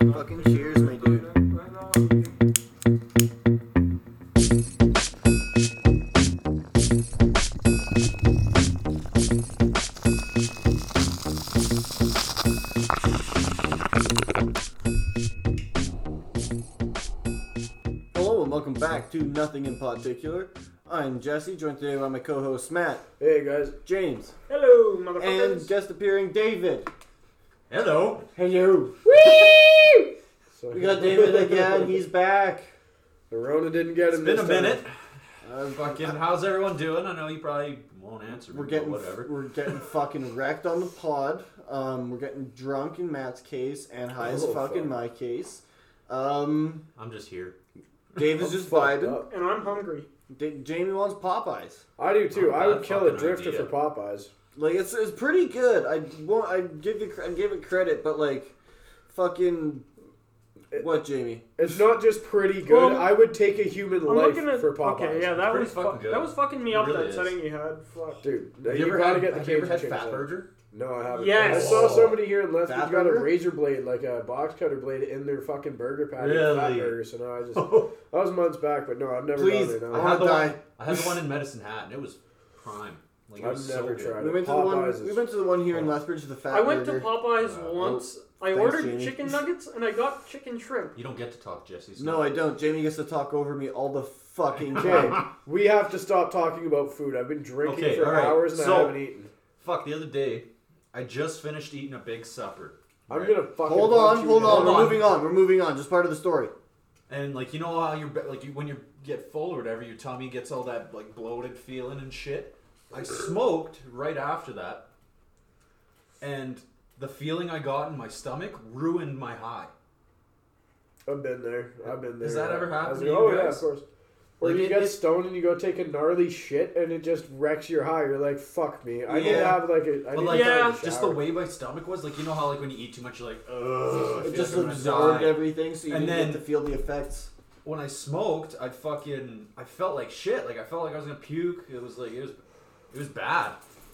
Fucking cheers, my dude. Hello and welcome back to Nothing in Particular. I'm Jesse, joined today by my co-host Matt, Hey guys. James, Hello, and motherfuckers. guest appearing David. Hello. Hello. So We got David again. He's back. the Rona didn't get It's him. been a this time. minute. Uh, Fucking, how's everyone doing? I know you probably won't answer me, We're getting but whatever. we're getting fucking wrecked on the pod. Um, we're getting drunk in Matt's case and high as Oh, fuck fuck. in my case. Um, I'm just here. Dave is I'm just fucked vibing. up. And I'm hungry. Da- Jamie wants Popeyes. I do too. Oh, I would bad kill a fucking drifter idea. for Popeyes. Like it's it's pretty good. I won't. I give you cre- I give it credit, but like, fucking It- what, Jamie? It's not just pretty good. Well, I would take a human I'm life looking at. for Popeyes. Okay, yeah, that Pretty was fucking fuck- good. that was fucking me It up really that is. setting you had. Fuck. Dude, Have you, you, ever gotta had, get the have you ever Cajun had chicken Fat sandwich. Burger? No, I haven't. Yes. I saw somebody here in Lester Fat got a burger? razor blade, like a box cutter blade, in their fucking burger patty. at Fat Really? burger. So no, I just that was months back, but no, I've never Please, gone there. I No. had want to the one- die. I had the one in Medicine Hat, and it was prime. Like, it I've was never so tried We it. Good. went to the Popeyes one. is- We went to the one here in Lethbridge. The fat I went to burger. Popeyes Uh, once. Oh, I thanks, ordered Jamie. chicken nuggets and I got chicken shrimp. You don't get to talk, Jesse. so- No, I don't. Jamie gets to talk over me all the fucking Okay, time. we have to stop talking about food. I've been drinking Okay, for all right. hours and So- I haven't eaten. Fuck, the other day, I just finished eating a big supper. I'm right? gonna fucking Hold punch on, you hold now. on. Hold We're on. moving on. We're moving on. Just part of the story. And like you know how you're be- like you, when you get full or whatever, your tummy gets all that like bloated feeling and shit. I smoked right after that, and the feeling I got in my stomach ruined my high. I've been there. I've been there. Has that ever I was happened to like, you oh yeah, guys? of course. Where Like, you it- get it- stoned and you go take a gnarly shit and it just wrecks your high. You're like, fuck me. I need to Yeah. have like a. I But need like, to have a Yeah. just the shower. way my stomach was, like you know how like when you eat too much, you're like, ugh, I feel It just like I'm gonna absorbed die. everything, so you And didn't then- get to feel the effects. When I smoked, I fucking I felt like shit. Like I felt like I was gonna puke. It was like it was, it was bad.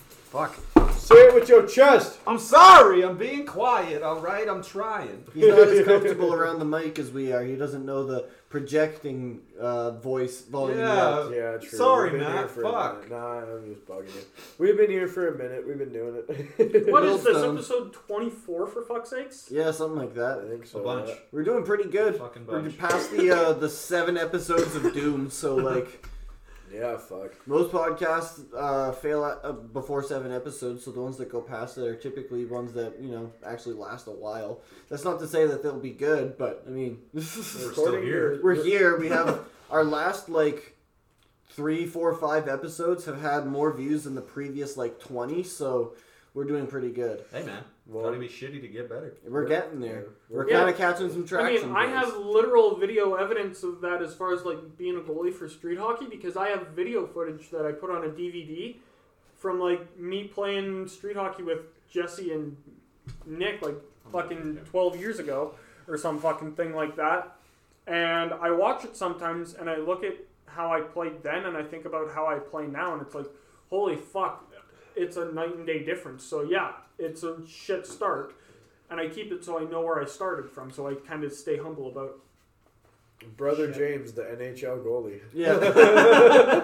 Fuck. Say it with your chest. I'm sorry. I'm being quiet. All right. I'm trying. He's not as comfortable around the mic as we are. He doesn't know the projecting uh, voice volume. Yeah. yet. Yeah, true. Sorry, We've been Matt. here for a Fuck. minute. Nah, I'm just bugging you. We've been here for a minute. We've been doing it. What Little is this stone. episode 24 for fuck's sakes? Yeah, something like I that. think so. A bunch. yeah. We're doing pretty good. Fucking We're bunch. past the uh, the seven episodes of Doom, so like Yeah, fuck. most podcasts uh, fail at, uh, before seven episodes. So the ones that go past that are typically ones that you know actually last a while. That's not to say that they'll be good, but I mean, We're still Recording here. your- we're here. We have our last like three, four, five episodes have had more views than the previous like twenty. So we're doing pretty good. Hey man, Well- gotta be shitty to get better. We're getting there. We're kind Yeah. of catching some I traction. mean, I boys. have literal video evidence of that as far as like being a goalie for street hockey because I have video footage that I put on a DVD from like me playing street hockey with Jesse and Nick like fucking 12 years ago or some fucking thing like that. And I watch it sometimes and I look at how I played then and I think about how I play now and it's like, holy fuck, it's a night and day difference. So yeah, it's a shit start. And I keep it so I know where I started from, so I kind of stay humble about. Brother Shit. James, the NHL goalie. Yeah.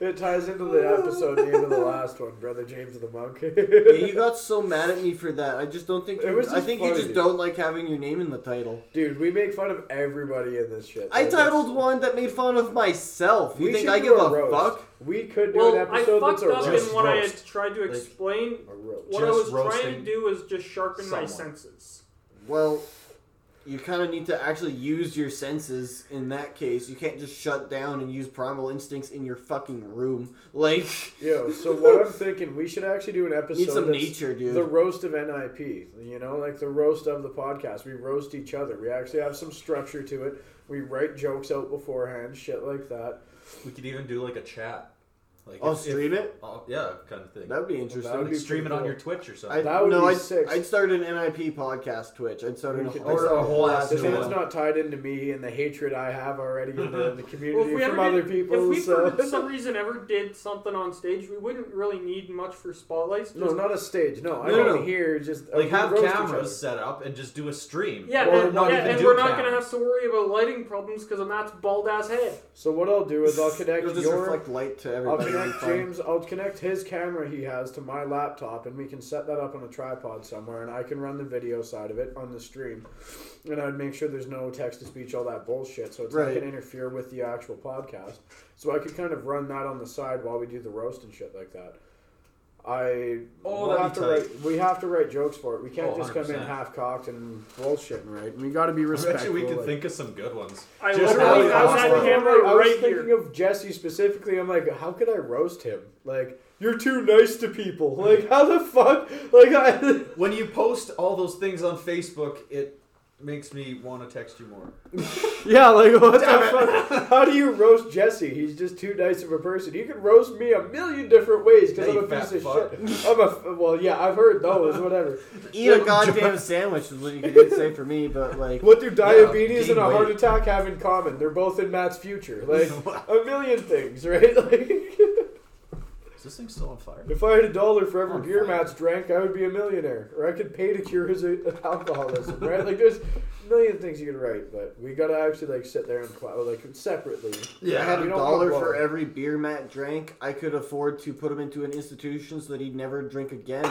It ties into the episode, the end of the last one. Brother James the monk. Yeah, you got so mad at me for that. I just don't think. It you- was I just think you funny. just don't like having your name in the title. Dude, we make fun of everybody in this shit. I Like, titled one that made fun of myself. You We think should I do give a a roast. fuck? We could do Well, an I episode fucked that's a up roast. in what I roast. had tried to Like- explain. A roast. what I was Just trying to roasting do is just sharpen my someone. senses. Well, you kind of need to actually use your senses in that case. You can't just shut down and use primal instincts in your fucking room. Like, Yo, so what I'm thinking, we should actually do an episode. need some that's nature, dude. The roast of NIP, you know, like the roast of the podcast. We roast each other. We actually have some structure to it. We write jokes out beforehand, shit like that. We could even do like a chat. Like I'll if- if- stream it. I'll- yeah, kind of thing. That would be interesting. that would like be stream it pretty on cool. your Twitch or something. I, That would no, be I'd, sick. I'd start an NIP podcast Twitch. I'd start, an, We could- I'd start a whole ass This new Yeah. one's one. not tied into me and the hatred I have already in the, in the Well, if community we from ever other did, people. if we for so. some reason ever did something on stage, we wouldn't really need much for spotlights. Just, No, not a stage. No, I No, no, don't no. hear just uh, like have roast each cameras set up and just do a stream. yeah, or and, not yeah, even and do we're not cameras. gonna have to worry about lighting problems because of Matt's bald ass head. other. So what I'll do is I'll connect It'll just your, reflect light to I'll everybody. It'll be connect fun. James, I'll connect his camera he has to my laptop, and we can set that up on a tripod somewhere, and I can run the video side of it on the stream, and I'd make sure there's no text to speech, all that bullshit, so it's not Right. gonna interfere with the actual podcast. So I could kind of run that on the side while we do the roast and shit like that. I Oh, we'll that'd have to be tight. write, we have to write jokes for it. We can't Oh, just come in 100%. half cocked and bullshitting, right? We got to be I respectful. bet you we could like- think of some good ones. I Just literally really have awesome. that camera I was right thinking here. of Jesse specifically. I'm like, how could I roast him? Like, you're too nice to people. Like, how the fuck? Like, I, When you post all those things on Facebook, it makes me want to text you more. yeah, like what the fuck? How do you roast Jesse? He's just too nice of a person. You can roast me a million different ways because I'm Yeah, you a piece fat of fuck. shit. I'm a f- well, yeah, I've heard those. Whatever. Eat a goddamn sandwich is what you could say for me, but like, What do diabetes gain and a heart weight. attack have in common? They're both in Matt's future. Like a million things, right? Like. Is this thing still on fire? If I had a dollar for every On beer fire. Matt's drank, I would be a millionaire. Or I could pay to cure his uh, alcoholism, right? Like, there's a million things you could write, but we gotta actually, like, sit there and plow, like, separately. if I had You a don't dollar want for one. every beer Matt drank. I could afford to put him into an institution so that he'd never drink again.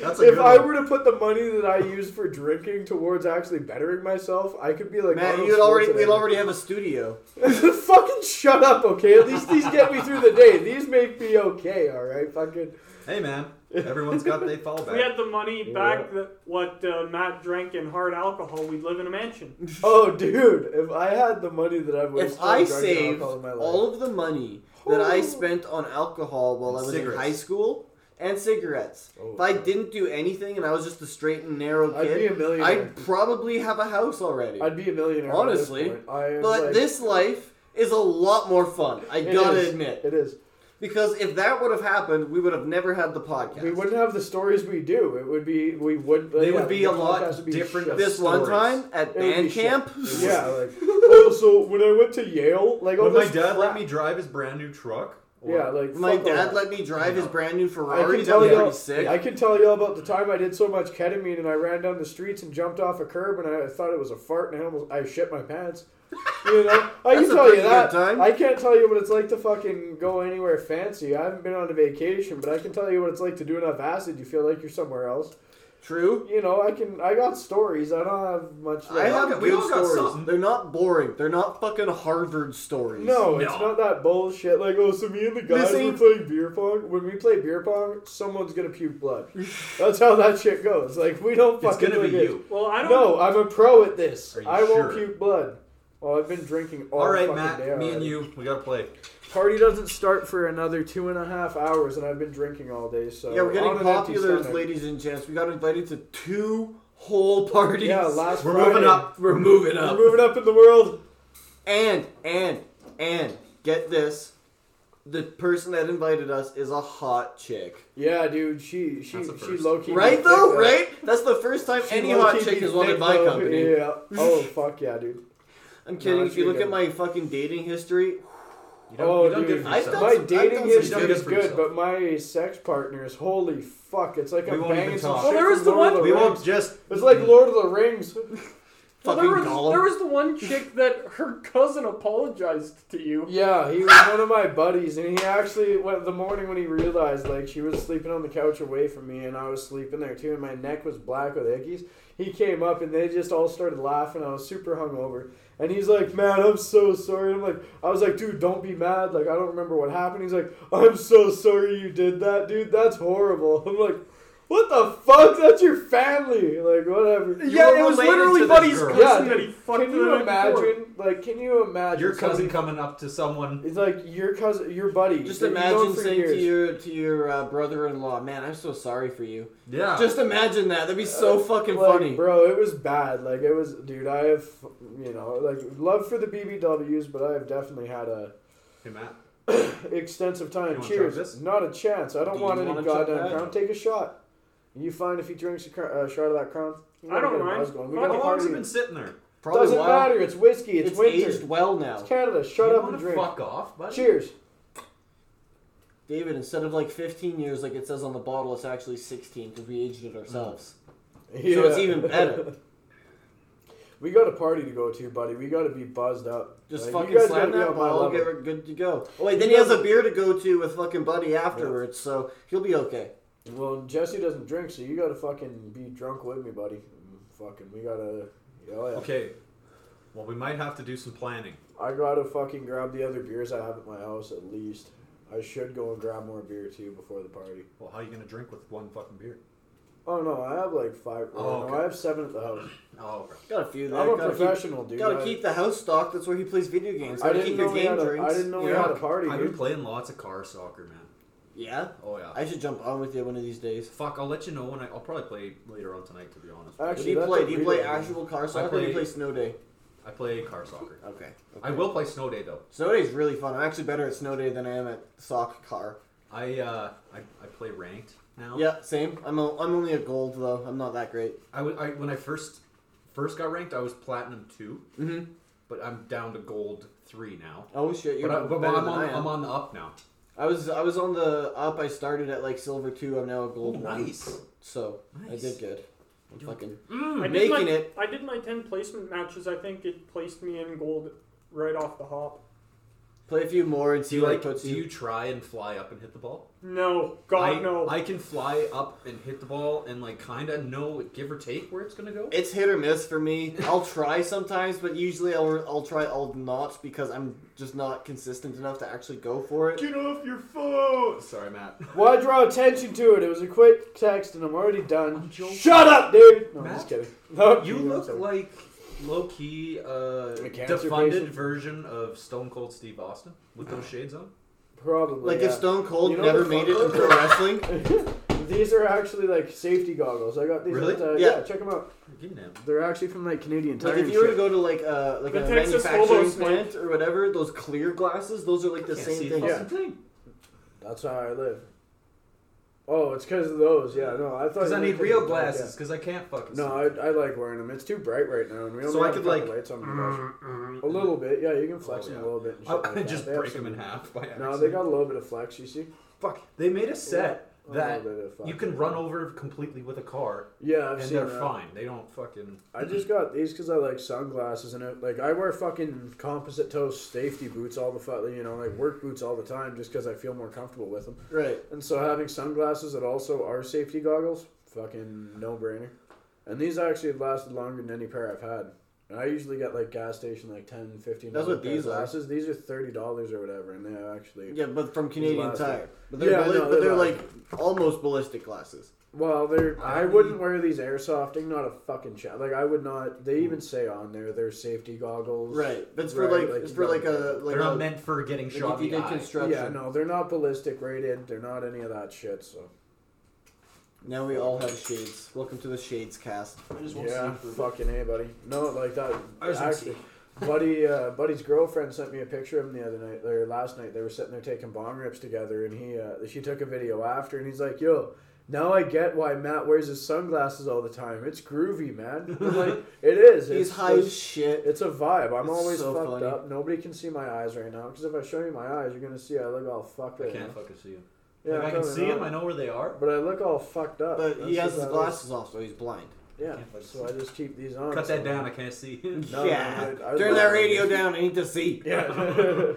That's a If good I one. were to put the money that I use for drinking towards actually bettering myself, I could be like, Matt, Arnold you'd already we'd Schwarzenegger. already have a studio. Fucking shut up, okay? At least these get me through the day. These make me okay, alright? Fucking. Hey man, everyone's got they fall If we back. had the money Yeah. back that what uh, Matt drank in hard alcohol, we'd live in a mansion. Oh, dude, if I had the money that I've wasted If on I drugs and saved alcohol in my life- all of the money that I Ooh. spent on alcohol while I was Cigarettes. in high school and cigarettes, Oh, if I God. didn't do anything and I was just a straight and narrow I'd be a kid, I'd, millionaire. probably have a house already. I'd be a millionaire. Honestly. at this point. I, but like, this life is a lot more fun. I it gotta is. admit. it is. Because if that would have happened, we would have never had the podcast. We wouldn't have the stories we do. It would be we would. They would yeah, be the a lot podcast would be different shit. this one stories. time at It would be band camp. shit. yeah, like oh, so when I went to Yale, like all Would my this dad crap- let me drive his brand new truck? Or- Yeah, like My fuck dad all. let me drive his brand new I Ferrari. That can tell was y'all. pretty sick. I can tell y'all about the time I did so much ketamine and I ran down the streets and jumped off a curb and I thought it was a fart and I almost I shit my pants. You know, I That's can a tell you pretty good that. time. I can't tell you what it's like to fucking go anywhere fancy. I haven't been on a vacation, but I can tell you what it's like to do enough acid. You feel like you're somewhere else. True. You know, I can. I got stories. I don't have much. I like- all have got- we good all got stories. something. They're not boring. They're not fucking Harvard stories. No, it's No. not that bullshit. Like, oh, so me and the guys This we ain't- play beer pong. When we play beer pong, someone's gonna puke blood. That's how that shit goes. Like, we don't It's fucking. gonna be do this. you. Well, I don't. No, I'm a pro at this. Are you I won't sure? puke blood. Well, I've been drinking all, All right, Oh, fucking Matt, day me and already. you, we gotta play. Party doesn't start for another two and a half hours, and I've been drinking all day. So Yeah, we're getting on an empty popular, stomach. ladies and gents. We got invited to two whole parties. Yeah, last We're Friday. moving up. We're moving We're up. moving up in the world. And and and get this, the person that invited us is a hot chick. Yeah, dude, she she That's a she first. low key Right though, right? That's the first time any hot chick has wanted my company. Yeah. Oh fuck yeah, dude. I'm kidding. No, if you she look at didn't. my fucking dating history, You don't, Oh, you don't dude, get I thought- my some- I've done dating some history good is for good, yourself. but my sex partners, holy fuck, it's like We I'm won't even banging some talk. shit Oh, there from is the Lord of one- we won't Rings. just. It's like Lord of the Rings. Well, fucking there was, Gollum. there was the one chick that her cousin apologized to you. Yeah, he was one of my buddies, and he actually went the morning when he realized like she was sleeping on the couch away from me, and I was sleeping there too, and my neck was black with ickies. He came up, and they just all started laughing. I was super hungover, and he's like, "Man, I'm so sorry." I'm like, I was like, "Dude, don't be mad. Like, I don't remember what happened." He's like, "I'm so sorry you did that, dude. That's horrible." I'm like. What the fuck? That's your family. Like whatever. You yeah, were it was related to literally this Buddy's girl. cousin Yeah, that he fucked Can the you night before. imagine? Like, can you imagine Your cousin something- coming up to someone. it's like your cousin, your buddy. Just that you've known imagine for saying years. to your to your uh, brother-in-law, "Man, I'm so sorry for you." Yeah. Just imagine that. That'd be so fucking Ah. like, funny. bro. It was bad. Like it was, dude. I have, you know, like love for the BBWs, but I have definitely had a Hey, Matt. extensive You time. wanna try Cheers. this? Not a chance. I don't Do want you any wanna chug goddamn that? crown. Take a shot. You find if he drinks a cr- uh, shot of that crown. you I gotta don't get a mind. buzz going. We Fuck How got a it. long has party. it been sitting there? Probably Doesn't while- matter. It's whiskey. It's, It's, winter. aged well It's now. Canada. Shut you up and wanna drink. Fuck off, buddy. Cheers. David, instead of like 15 years like it says on the bottle, it's actually 16 because we aged it ourselves. Mm. So it's Yeah. even better. we got a party to go to, buddy. We got to be buzzed up. Just Like, you fucking guys slam gotta be that on my bottle, level. get her good to go. Oh wait, You then he has gotta- a beer to go to with fucking Buddy afterwards, so he'll be okay. Well, Jesse doesn't drink, so you gotta fucking be drunk with me, buddy. Mm, Fucking, we gotta. Oh, yeah. Okay. Well, we might have to do some planning. I gotta fucking grab the other beers I have at my house at least. I should go and grab more beer too before the party. Well, how are you gonna drink with one fucking beer? Oh no, I have like five. Oh, no, okay. I have seven at the house. Oh, Got a few there. I'm a gotta professional, keep, dude. gotta I, keep the house stocked. That's where he plays video games. I Gotta didn't keep know your we game had a. drinks. I didn't know we had a party, I've been dude. playing lots of car soccer, man. Yeah, Oh yeah. I should jump on with you one of these days. Fuck, I'll let you know when I. I'll probably play later on tonight. To be honest, What Actually, do you that's play? a Do you play real- actual car soccer or do play- you play snow day? I play car soccer. Okay. I will play snow day though. Snow day's really fun. I'm actually better at snow day than I am at sock car. I uh, I, I play ranked now. Yeah, same. I'm a, I'm only a gold though. I'm not that great. I, wa- I when I first first got ranked, I was platinum two, Mm-hmm. but I'm down to gold three now. Oh shit, you're But, I, but better I'm, than on, I am. I'm on the up now. I was I was on the up. I started at like silver two. I'm now a gold one. So Nice. I did good. I'm You're fucking I Mm. did making my, it. I did my ten placement matches. I think it placed me in gold right off the hop. Play a few more and Do see you what like? it puts Do you you. try and fly up and hit the ball? No, God I, no. I can fly up and hit the ball and like kind of know, give or take, where it's gonna go. It's hit or miss for me. I'll try sometimes, but usually I'll I'll try all not because I'm just not consistent enough to actually go for it. Get off your phone. Sorry, Matt. Why draw attention to it? It was a quick text, and I'm already done. I'm joking. Shut up, dude. No, I'm Matt? just kidding. No, know You what I'm look saying. like low key uh, A cancer defunded patient? version of Stone Cold Steve Austin with those shades on. probably Like yeah. if Stone Cold You know never the made it fuck- into wrestling, these are actually like safety goggles. I got these. Really? At, uh, yeah. Yeah. check them out. Give me that. They're actually from like Canadian Tire. like if and you were to shit. go to like a like The a Texas manufacturing Lobos plant or whatever, those clear glasses, those are like the Can't same see a thing. fucking thing. That's how I live. Oh, it's because of those. Yeah, no, I thought. Because I you need looked at real the back, glasses. Because I can't fucking. yeah. No, see. I, I like wearing them. It's too bright right now, and we only So I have a could, couple like- Mm. lights on the Mm. brush. A little bit, yeah. You can flex Oh, them yeah. a little bit. And shit I, like I that. just They have break them some- in half by accident. No, they got a little bit of flex. You see, fuck. They made a set A that little bit of flex. you can run over completely with a car, Yeah, I've and seen they're that. fine. They don't fucking. I just got these because I like sunglasses and it. Like I wear fucking composite toe safety boots all the fu- you know like work boots all the time just because I feel more comfortable with them. Right. And so having sunglasses that also are safety goggles, fucking no brainer. And these actually have lasted longer than any pair I've had. And I usually get like gas station like 10 15 That's what dollar pair of these are. glasses. These are thirty dollars or whatever, and they are actually Yeah, but from Canadian Glasses. Tire. But they're, Yeah, balli- no, but they're they're like almost ballistic glasses. well, they're. I, I- wouldn't wear these airsofting, not a fucking shot. Like I would not. They even say on there they're safety goggles. Hmm. Right. But it's for Right, like, like it's you for got- like a like they're a, not meant for getting like shot if you in the did eye. construction. Yeah, no, they're not ballistic rated. They're not any of that shit. So Now we all have shades. Welcome to the Shades cast. I just yeah, fucking a buddy. No, like that. I just wanna actually, buddy, uh, buddy's girlfriend sent me a picture of him the other night. Or last night, they were sitting there taking bong rips together, and he, uh, she took a video after, and he's like, "Yo, now I get why Matt wears his sunglasses all the time. It's groovy, man. I'm like it is. He's it's, high it's- as shit. It's a vibe. I'm It's always so fucked funny. up. Nobody can see my eyes right now because if I show you my eyes, you're gonna see I look all fucked I right can't now. fucking see them. Yeah, like I can totally see them. not. I know where they are. But I look all fucked up. But he has That's what his that is. glasses off, so he's blind. Yeah, Can't fucking so I just keep these on. Cut that down. I can't see. No, yeah. dude, I- Turn that radio down. I need to see. Yeah.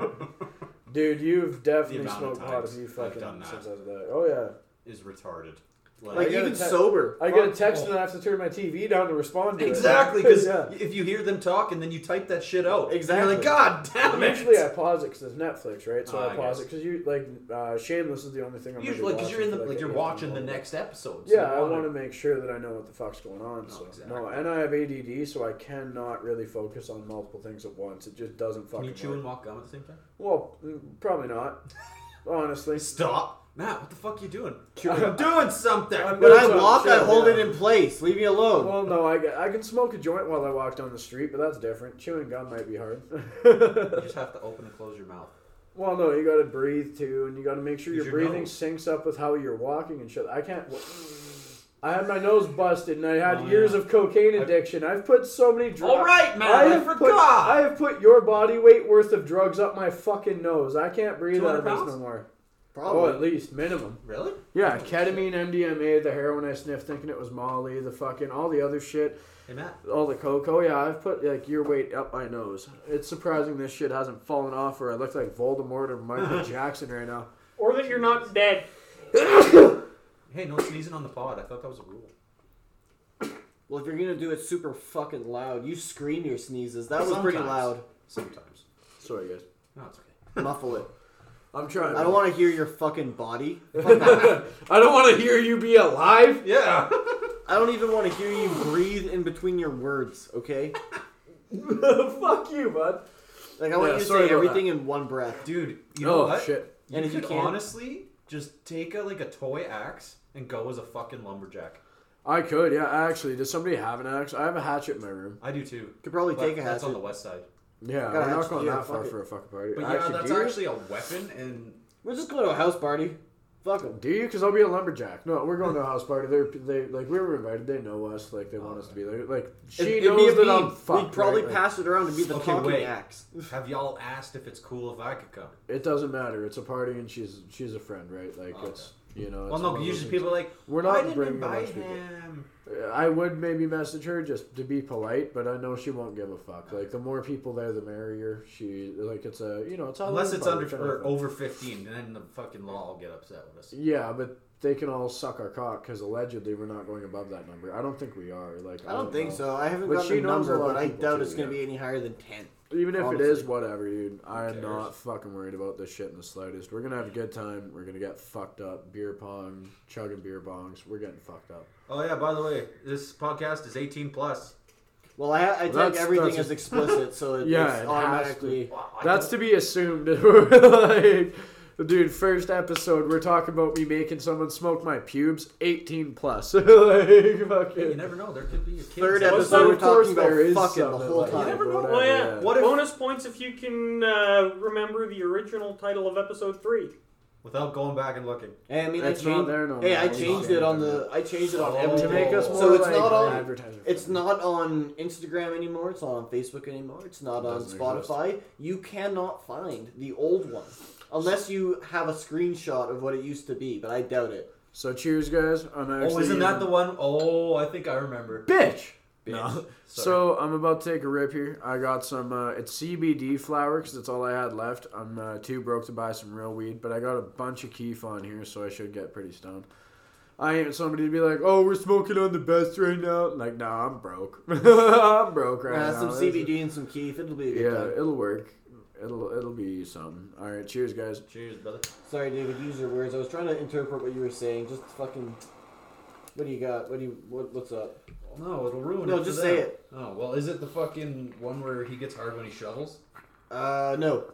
Dude, you've definitely The amount of smoked pot times if you I've fucking done that. since I was there. Oh yeah, Is retarded. Like I gotta even te- sober. I get a Fuck text off. and I have to turn my TV down to respond to it. Exactly, because yeah. if you hear them talk and then you type that shit out, Exactly. you're like, God damn it! Usually I pause it because it's Netflix, right? So Ah, I I pause it guess. because you like uh, Shameless is the only thing I'm really Usually, because you're in the watching for, like you're eight watching the months. next episode. so Yeah, I you want to make sure that I know what the fuck's going on. No, so exactly. no, and I have ADD, so I cannot really focus on multiple things at once. It just doesn't Can fucking. you chew work. and walk gum at the same time? Well, mm, probably not. Honestly, Stop, Matt. What the fuck you doing? Chewing- I'm doing something. I'm When That's I what I'm walk, I saying, hold yeah. it in place. Leave me alone. Well, no, I, get- I can smoke a joint while I walk down the street, but that's different. Chewing gum might be hard. you just have to open and close your mouth. Well, no, you got to breathe too, and you got to make sure Use your, your breathing nose. syncs up with how you're walking and shit. I can't. I had my nose busted, and I had Oh, years yeah. of cocaine I- addiction. I've put so many drugs. All right, man. I I, have put forgot. I have put your body weight worth of drugs up my fucking nose. I can't breathe out 200 of this pounds? no more. Probably. Oh, at least minimum. really? Yeah, ketamine, MDMA, the heroin I sniffed, thinking it was Molly, the fucking all the other shit, Hey, Matt. all the coke. Oh yeah, I've put like your weight up my nose. It's surprising this shit hasn't fallen off, or I look like Voldemort or Michael Jackson right now. Or that you're not dead. Hey, no sneezing on the pod. I thought that was a rule. Well, if you're gonna do it super fucking loud, you scream your sneezes. That was pretty Sometimes. loud. Sometimes. Sorry guys, No, it's okay. Muffle it. I'm trying. I don't want to hear your fucking body. I don't want to hear you be alive. Yeah. I don't even want to hear you breathe in between your words. Okay. Fuck you, bud. Like I Yeah, want you to sorry say about everything in one breath. Dude, you know oh what? shit. You And if you could can't- honestly just take a like a toy axe and go as a fucking lumberjack. I could, yeah. Actually, does somebody have an axe? I have a hatchet in my room. I do too. Could probably But take a That's on hatchet. the west side. Yeah, Got a we're not hatchet, going yeah, that far fuck it. for a fucking party. But yeah, actually, that's do you? actually a weapon and We're just going to a house party. Fuck 'em. Do you? Because I'll be a lumberjack. No, we're going to a house party. They're they like we were invited. They know us. Like they want us to be there. Like she It'd- it'd be knows a that I'm beam. fucked. We'd probably right? Like, pass it around and be the Okay, talking wait. axe. have y'all asked if it's cool if I could come? it doesn't matter. It's a party, and she's she's a friend, right? Like Oh, it's you know. Well, it's no, one of but those usually things. people are like, We're I not didn't bringing a invite bunch of people. him. I would maybe message her just to be polite, but I know she won't give a fuck. Like the more people there, the merrier. She like it's a you know it's Halloween Unless it's party, under kind of or thing. over 15, then the fucking law will get upset with us. Yeah, but they can all suck our cock because allegedly we're not going above that number. I don't think we are. Like I don't think know. so. I haven't But gotten she a knows a number, lot of but I people doubt too, it's going to yeah. be any higher than 10. Even if Honestly. it is, whatever, dude. I am cares? not fucking worried about this shit in the slightest. We're gonna have a good time. We're gonna get fucked up. Beer pong, chugging beer bongs. We're getting fucked up. Oh yeah, by the way, this podcast is 18 plus. Well, I, I take That's- everything that's a- as explicit, so it, Yeah, it has it's to. automatically. That's to be assumed. like, dude, first episode, we're talking about me making someone smoke my pubes, eighteen plus. like, Hey, you fucking. never know. There could be a kid. Third somewhere. episode, we're Of course talking about there is fucking the something whole like time. that, You never know. whatever, Oh, yeah. What if Bonus points if you can uh, remember the original title of episode three. without going back and looking? Hey, I mean, It's I not changed, there no Hey, more. I It's changed not it on there. the. I changed it on Oh. everything. To make us So more it's like not on- an advertiser. It's not on Instagram anymore. It's not on Facebook anymore. It's not on Doesn't exist. Spotify. You cannot find the old one unless you have a screenshot of what it used to be. But I doubt it. So cheers, guys. I'm actually. Oh, isn't that the using- one Oh, I think I remember. bitch? No. Sorry. So I'm about to take a rip here. I got some. Uh, it's CBD flower because that's all I had left. I'm uh, too broke to buy some real weed, but I got a bunch of keef on here, so I should get pretty stoned. I ain't somebody to be like, "Oh, we're smoking on the best right now." Like, nah, I'm broke. I'm broke right Uh, now. some That's- CBD and some Keith. It'll be a good Yeah, time. it'll work. It'll it'll be something. All right, cheers, guys. Cheers, brother. Sorry, David. Use your words. I was trying to interpret what you were saying. Just fucking. What do you got? What do you? What, what's up? No, it'll ruin it. No, for just them. say it. Oh well, is it the fucking one where he gets hard when he shovels? Uh, no.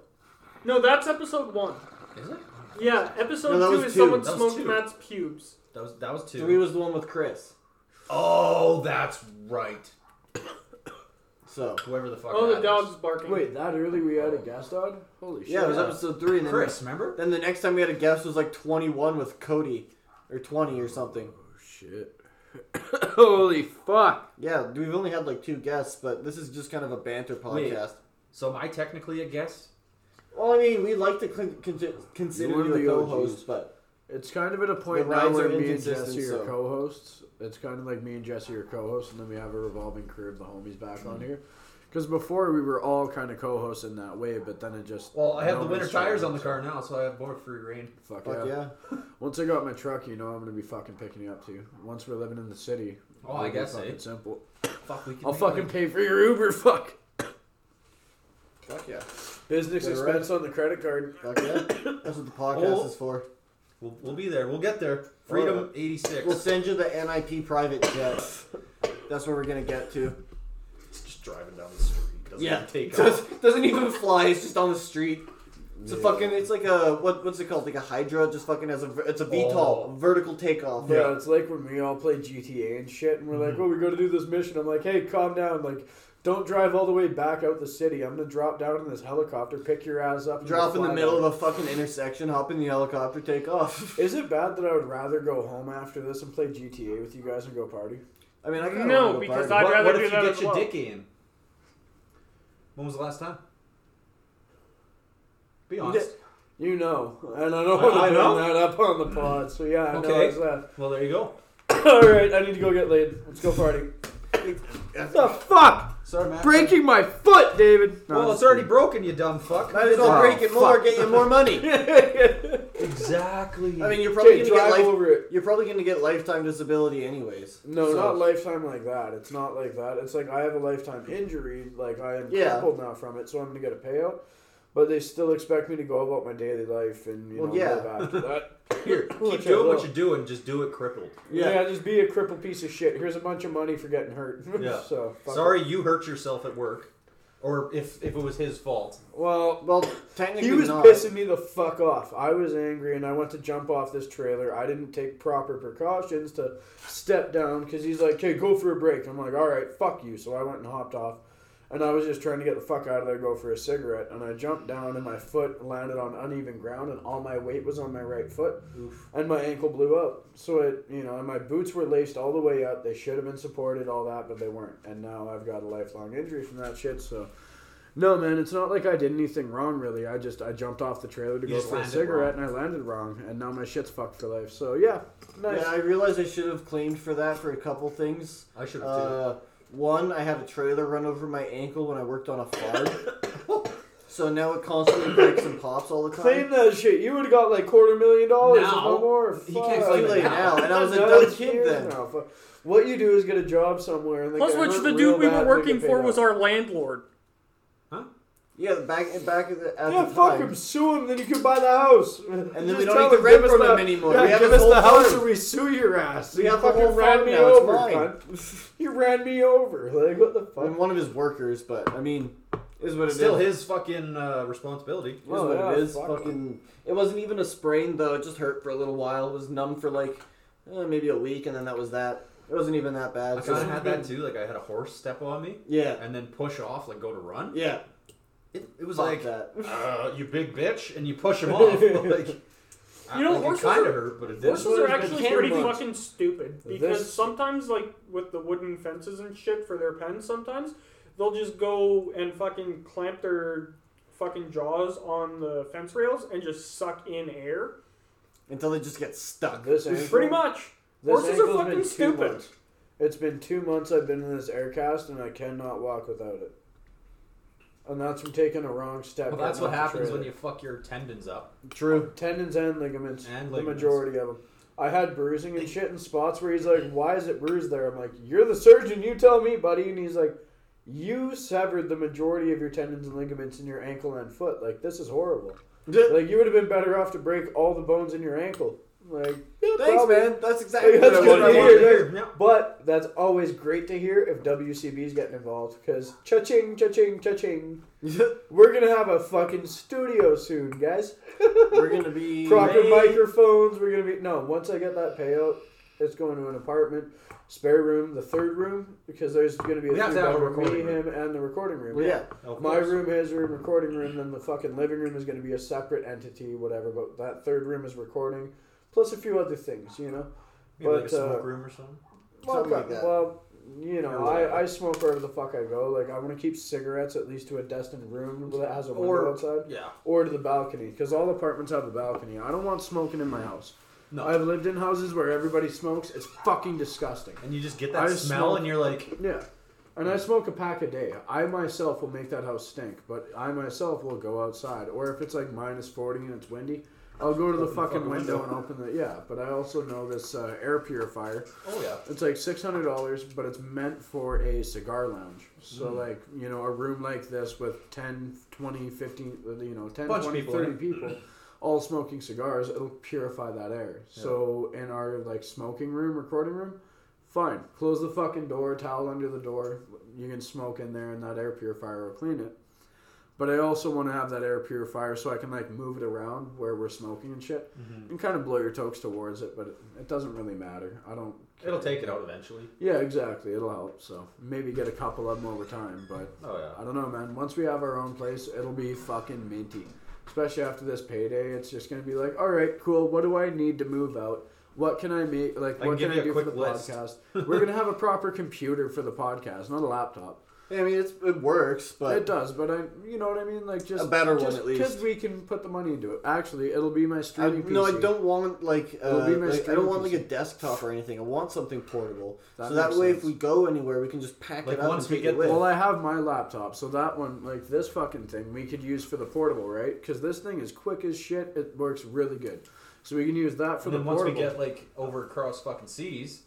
No, that's episode one. Is it? Yeah, episode No, that two was is two. someone That was smoked two. Matt's pubes. That was that was two. Three was the one with Chris. oh, that's right. So Whoever the fuck. Oh, the that dog's barking. Wait, that early we had a guest on? Holy shit! yeah, it was episode three, and then is. Chris, remember? Then the next time we had a guest was like 21 with Cody, or 20 or something. Oh, shit! Holy fuck! Yeah, we've only had like two guests, but this is just kind of a banter Wait. podcast. So am I technically a guest? Well, I mean, we like to con- con- consider You're you a the OGs. co-host, but It's kind of at a point The now rides where are me and inconsistent, Jesse are so- co-hosts. It's kind of like me and Jesse are co-hosts, and then we have a revolving crew of the homies back on here. Because before we were all kind of co-hosts in that way, but then it just Well, I have the nobody's winter tires trying. on the car now, so I have more free reign. Fuck, fuck yeah. yeah. Once I got my truck, you know I'm gonna be fucking picking you up too. Once we're living in the city, Oh, it'll I be guess, fucking eh? simple. Fuck, we can. I'll make fucking like- pay for your Uber. Fuck Fuck yeah. business Is that right? expense on the credit card. Fuck yeah. That's what the podcast Oh. is for. We'll, we'll be there. We'll get there. Freedom eighty We'll six. send you the NIP private jet. That's where we're gonna get to. It's just driving down the street. Doesn't Yeah, even take off. Does, doesn't even fly. It's just on the street. It's a fucking. It's like a what? What's it called? Like a Hydra, just fucking has a. ver- It's a VTOL, Oh. vertical takeoff. Yeah, it's like when we all play GTA and shit, and we're like, "Oh, we got to do this mission." I'm like, "Hey, calm down. Like, don't drive all the way back out the city. I'm gonna drop down in this helicopter, pick your ass up, and Drop in fly the middle down." of a fucking intersection, hop in the helicopter, take off. Is it bad that I would rather go home after this and play GTA with you guys and go party? I mean, I kinda No, wanna go because party. I'd what, rather what do if that you as get your well. dick in? When was the last time? Be honest. You know, and I don't I- want to I bring know. that up on the pod. So yeah, I know Okay. it's that. Well, there you go. all right, I need to go get laid. Let's go party. the fuck? Sorry, man. Breaking my foot, David. Well, it's already broken, you dumb fuck. Might as well Oh, break it more, fuck. get you more money. Exactly. I mean, you're probably Okay, gonna get life. drive over it. You're probably gonna get lifetime disability anyways. No, So- not lifetime like that. It's not like that. It's like I have a lifetime injury. Like I am Yeah. crippled now from it, so I'm gonna get a payout. But they still expect me to go about my daily life and you Well, know yeah. live after that. Here, Which keep I doing will. what you're doing, just do it crippled. Yeah. Yeah. just be a crippled piece of shit. Here's a bunch of money for getting hurt. Yeah. so fuck Sorry, you hurt yourself at work, or if if it was his fault. it. Well, Well, technically He was not. pissing me the fuck off. I was angry and I went to jump off this trailer. I didn't take proper precautions to step down because he's like, okay, go for a break. I'm like, all right, fuck you. So I went and hopped off. And I was just trying to get the fuck out of there, go for a cigarette. And I jumped down and my foot landed on uneven ground and all my weight was on my right foot. And my ankle blew up. So it, you know, and my boots were laced all the way up. They should have been supported, all that, but they weren't. And now I've got a lifelong injury from that shit. So. No, man, it's not like I did anything wrong, really. I just I jumped off the trailer to You go just for a landed cigarette, and I landed wrong, and now my shit's fucked for life. So yeah, nice. Yeah, I realized I should have claimed for that for a couple things. I should have too. Uh, one, I had a trailer run over my ankle when I worked on a farm. so now it constantly breaks and pops all the time. Claim that shit. You would have got like quarter million dollars if Now, no more. he Fuck. can't Too claim it late now, and I was a No, dumb it's kid years then. now. Fuck. What you do is get a job somewhere, and they Plus, get which hurt the real dude we bad were and they working get for paid was off. our landlord. Yeah, back back at the, at Yeah, the fuck time. him. Sue him, then you can buy the house. And then we don't need to rent from him anymore. Yeah, We have give his us the whole house farm. or we sue your ass. We you have the fucking whole farm ran me now, it's over, mine. cunt. You ran me over. Like what the I'm fuck? one of his workers, but I mean, is what it is. Still his fucking uh, responsibility. Is Oh, what yeah, it is. fuck. Fucking. It wasn't even a sprain though. It just hurt for a little while. It was numb for like eh, maybe a week, and then that was that. It wasn't even that bad. I So- kind of had that too. Like I had a horse step on me Yeah. and then push off, like go to run. Yeah. It, it was Fuck like, that. uh, you big bitch, and you push him off. like, I- You know, like, horses it kind are- of hurt, but it didn't. Horses are was the actually camera pretty box. fucking stupid because This- sometimes, like with the wooden fences and shit for their pens, sometimes they'll just go and fucking clamp their fucking jaws on the fence rails and just suck in air. Until they just get stuck. This ankle, Pretty much. this Horses are ankle's been fucking two stupid. months. It's been two months I've been in this air cast and I cannot walk without it. And that's from taking a wrong step. Well, that's getting what off the happens trailer. when you fuck your tendons up. True. tendons and ligaments. And the ligaments. majority of them. I had bruising and shit in spots where he's like, "Why is it bruised there?" I'm like, "You're the surgeon. You tell me, buddy." And he's like, "You severed the majority of your tendons and ligaments in your ankle and foot. Like this is horrible. Like you would have been better off to break all the bones in your ankle. Like yeah, Thanks, probably. man. That's exactly Like, what that's I good wanted. to I wanted to hear. hear. Yeah. But that's always great to hear if WCB's getting involved because cha-ching, cha-ching, cha-ching. We're gonna have a fucking studio soon, guys. We're gonna be proper Hey. microphones. We're gonna be no. Once I get that payout, it's going to an apartment, spare room, the third room, because there's gonna be a We have three to have a bedroom, me, recording room. him, and the recording room. Well, yeah. Of My course. room, his room, recording room, then the fucking living room is gonna be a separate entity, whatever. But that third room is recording, plus a few other things, you know. Maybe like a but, smoke uh, room or something. Well, Something like that. well, you know, Or whatever. I, I smoke wherever the fuck I go. Like I want to keep cigarettes at least to a destined room that has a window Or- outside, Yeah. or to the balcony, because all apartments have a balcony. I don't want smoking in my house. No. I've lived in houses where everybody smokes. It's fucking disgusting. and you just get that I smell, smoke- and you're like, Yeah. And I smoke a pack a day. I myself will make that house stink, but I myself will go outside. Or if it's like minus 40 and it's windy, I'll go to the Open the fucking fucking window and window. open the. Yeah, but I also know this uh, air purifier. oh yeah. It's like $600, but it's meant for a cigar lounge. So, Mm. like, you know, a room like this with 10, 20, 15, uh, you know, 10, Bunch of 20, people in 30 people all smoking cigars, it'll purify that air. So, in our, like, smoking room, recording room, fine. Close the fucking door, towel under the door. You can smoke in there, and that air purifier will clean it. But I also want to have that air purifier so I can like move it around where we're smoking and shit, Mm-hmm. and kind of blow your tokes towards it. But it, it doesn't really matter. I don't. It'll care. take it out eventually. Yeah, exactly. It'll help. So maybe get a couple of them over time, but Oh yeah. I don't know, man. Once we have our own place, it'll be fucking minty. Especially after this payday, it's just gonna be like, all right, cool. What do I need to move out? What can I make? Like, can what give can you I a do for the quick list. podcast? We're gonna have a proper computer for the podcast, not a laptop. I mean, it's it works, but it does, but I, you know what I mean? Like, just A better one, just at least. Because we can put the money into it. Actually, it'll be my I, streaming. no, I PC. don't want like, It'll uh, be my like I don't want like streaming a desktop or anything. I want something portable, That so that makes way if sense. we go anywhere, we can just pack Like, it up once and we take get it with. Well, I have my laptop, so that one, like this fucking thing, we could use for the portable, right? Because this thing is quick as shit. It works really good, so we can use that for And then the once portable. we get like over across fucking seas,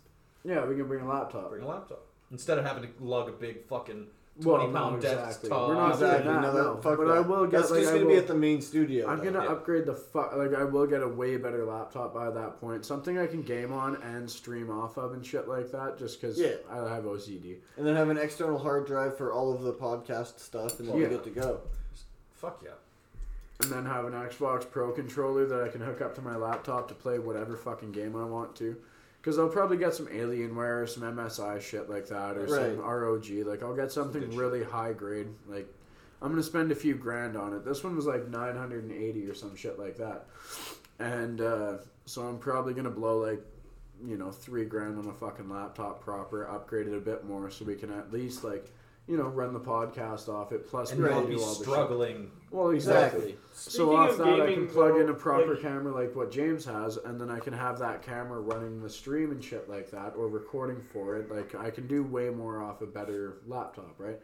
yeah, we can bring a laptop. bring a laptop instead of having to lug a big fucking Well, twenty no, pound exactly. desktop. We're not exactly. doing that, no, that, no. fuck But that. I will get, That's like, just I gonna be will- at the main studio. I'm though. gonna yeah. upgrade the fuck. Like I will get a way better laptop by that point. Something I can game on and stream off of and shit like that. Just because Yeah. I have OCD. and then have an external hard drive for all of the podcast stuff, and then Yeah. we're good to go. Fuck yeah. and then have an Xbox Pro controller that I can hook up to my laptop to play whatever fucking game I want to. Because I'll probably get some Alienware or some MSI shit like that or some Right. ROG. Like, I'll get good something shit. really high grade. Like, I'm going to spend a few grand on it. This one was like 980 or some shit like that. And uh, so I'm probably going to blow like, you know, three grand on a fucking laptop proper, upgrade it a bit more so we can at least, like, you know, run the podcast off it. Plus, And we can not do be all the shit. struggling. Well, exactly. Exactly. So off that, I can plug in though, a proper like, camera like what James has, and then I can have that camera running the stream and shit like that, or recording for it. Like I can do way more off a better laptop, right?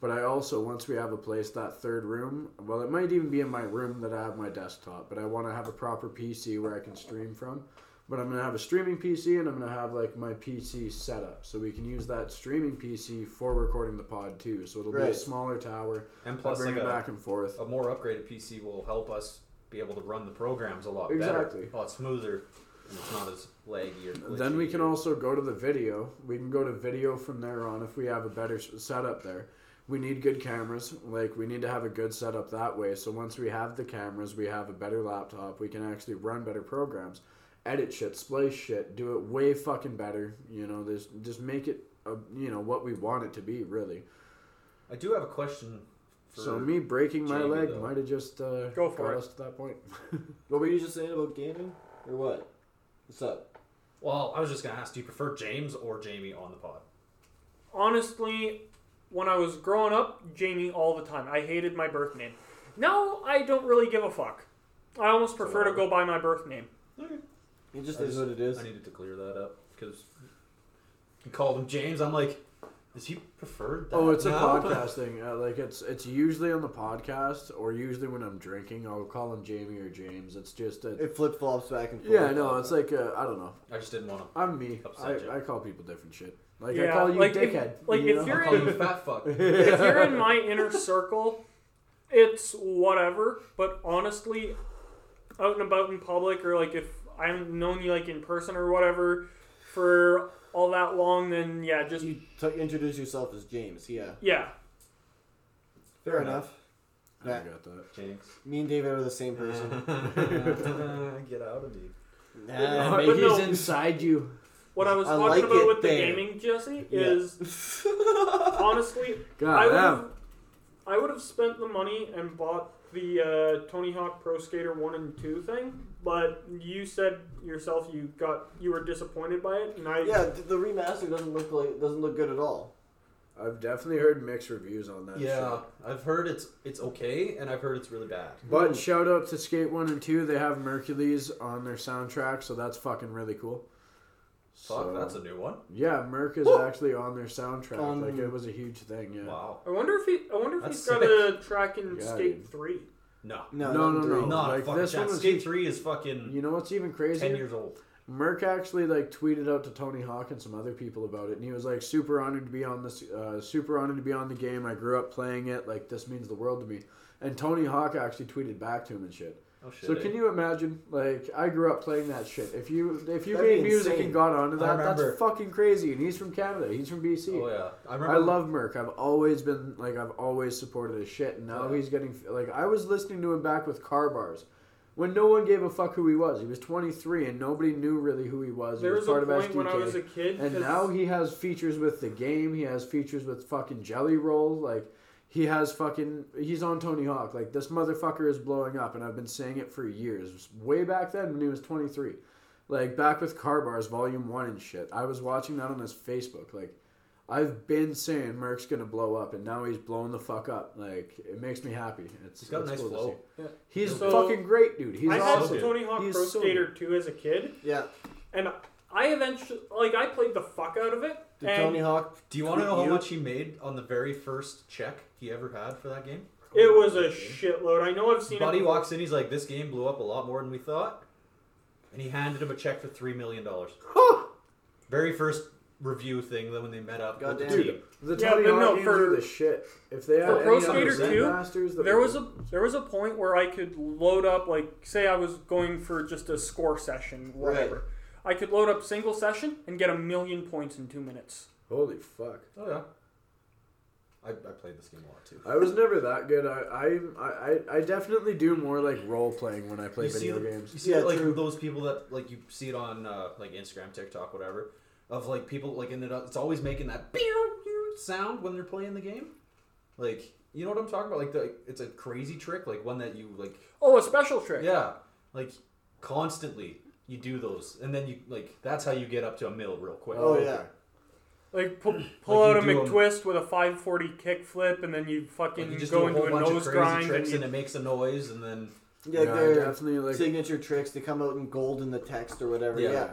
But I also, once we have a place, that third room, well, it might even be in my room that I have my desktop, but I want to have a proper PC where I can stream from. But I'm gonna have a streaming PC, and I'm gonna have like my PC setup, so we can use that streaming PC for recording the pod too. So it'll be a Right. smaller tower. And Plus, plus, bring like it a, back and forth. a more upgraded PC will help us be able to run the programs a lot Exactly. better, a lot smoother, and it's not as laggy or. Glitchy Then we can also go to the video. We can go to video from there on if we have a better s- setup there. We need good cameras. Like we need to have a good setup that way. So once we have the cameras, we have a better laptop. We can actually run better programs, edit shit, splice shit, do it way fucking better. You know, this just make it, uh, you know, what we want it to be really. I do have a question. For, so me breaking my Jamie, leg though. might have just uh, Go for got it. us to that point. What were you just saying about gaming, or what? What's up? Well, I was just gonna ask: Do you prefer James or Jamie on the pod? honestly, when I was growing up, Jamie all the time. I hated my birth name. Now I don't really give a fuck. I almost prefer to go by my birth name. It just I is just- what it is. I needed to clear that up because you called him James. I'm like, is he preferred? That Oh, it's a now? podcast thing. Uh, like it's it's usually on the podcast, or usually when I'm drinking, I'll call him Jamie or James. It's just a It flip flops back and forth. yeah, no, it's like uh, I don't know. I just didn't want to. I'm me. Upset you. I, I call people different shit. Like I Yeah, call you like if- dickhead. like you if know? you're Call you fat fuck. If you're in my inner circle, it's whatever. But honestly, out and about in public, or like if I've known you like in person or whatever for all that long, then yeah, just you t- introduce yourself as James. Yeah, yeah. fair, enough. I That- got that. Jinx. me and David are the same person. Get out of me. Uh, nah, But maybe no. he's inside you. What I was I talking like about it with there. the gaming, Jesse, Yeah. is honestly, I God would Oh, damn. have, I would have spent the money and bought the uh, Tony Hawk Pro Skater One and Two thing, but you said yourself you got you were disappointed by it, and I in. Yeah, th- the remaster doesn't look like doesn't look good at all. I've definitely heard mixed reviews on that. Yeah, shit. I've heard it's it's okay, and I've heard it's really bad. But Mm. shout out to Skate One and Two. They have Mercules on their soundtrack, so that's fucking really cool. Fuck, that's a new one. Yeah, Merc is actually on their soundtrack. On- like it was a huge thing. Yeah. Wow. I wonder if he I wonder if That's he's got sick. a track in Yeah, Skate dude. Three. No, No, No, not no, in three. no. not like, a fucking this one chance. was Skate huge. three is fucking You know what's even crazy? ten years old. Merc actually like tweeted out to Tony Hawk and some other people about it, and he was like, "Super honored to be on this. Uh, super honored to be on the game. I grew up playing it. Like this means the world to me." And Tony Hawk actually tweeted back to him and shit. Oh shit. So eh? can you imagine? Like I grew up playing that shit. If you if you That'd be made music insane. and got onto I that, that's remember. fucking crazy. And he's from Canada. He's from BC. Oh yeah. I remember. I love Merk. I've always been like I've always supported his shit, and now Yeah. he's getting like I was listening to him back with Car Bars, when no one gave a fuck who he was. He was 23 and nobody knew really who he was. He There was was a part of point SDK, when I was a kid. and 'cause- now he has features with the game. He has features with fucking Jelly Roll. Like he has fucking he's on Tony Hawk. Like this motherfucker is blowing up, and I've been saying it for years. Way back then when he was 23, like back with Car Bars Volume One and shit. I was watching that on his Facebook. Like I've been saying Merck's gonna blow up, and now he's blowing the fuck up. Like it makes me happy. It's He's got a it's nice cool to flow. see. Yeah. He's So- fucking great, dude. He's I had awesome. good. Tony Hawk He's Pro so good. Skater 2 as a kid, Yeah. and I eventually, like, I played the fuck out of it. Did and Tony Hawk? Do you want to know how You- much he made on the very first check he ever had for that game? It was a shitload. I know I've seen Buddy it. walks in, he's like, "This game blew up a lot more than we thought," and he handed him a check for three million dollars. Very first review thing that when they met up. with the Goddamn. team. Dude, the Yeah, Tony but Hawk no, games for- are the shit. If they had for any Pro other Skater Zen 2, masters, that There would- was a there was a point where I could load up like say I was going for just a score session, whatever. I could load up single session and get a million points in two minutes. holy fuck. Oh yeah. I, I played this game a lot too. I was never that good. I I, I, I definitely do more like role playing when I play you video see the- games. You see Yeah, the, like true. those people that like you see it on uh, like Instagram, TikTok, whatever. Of like people like ended up, it's always making that pew, pew sound when they're playing the game. Like you know what I'm talking about? Like the, it's a crazy trick, like one that you like. Oh, a special trick. Yeah, like constantly you do those, and then you like that's how you get up to a mill real quick. Oh yeah. Like pu- pull Like out you a do 'em- McTwist with a 540 kickflip and then you fucking Like you just go do a into whole a bunch of nose crazy grind and tricks, you, and it makes a noise, and then Yeah, Oh, I they're definitely like signature tricks. They come out in gold in the text or whatever. Yeah. Yeah.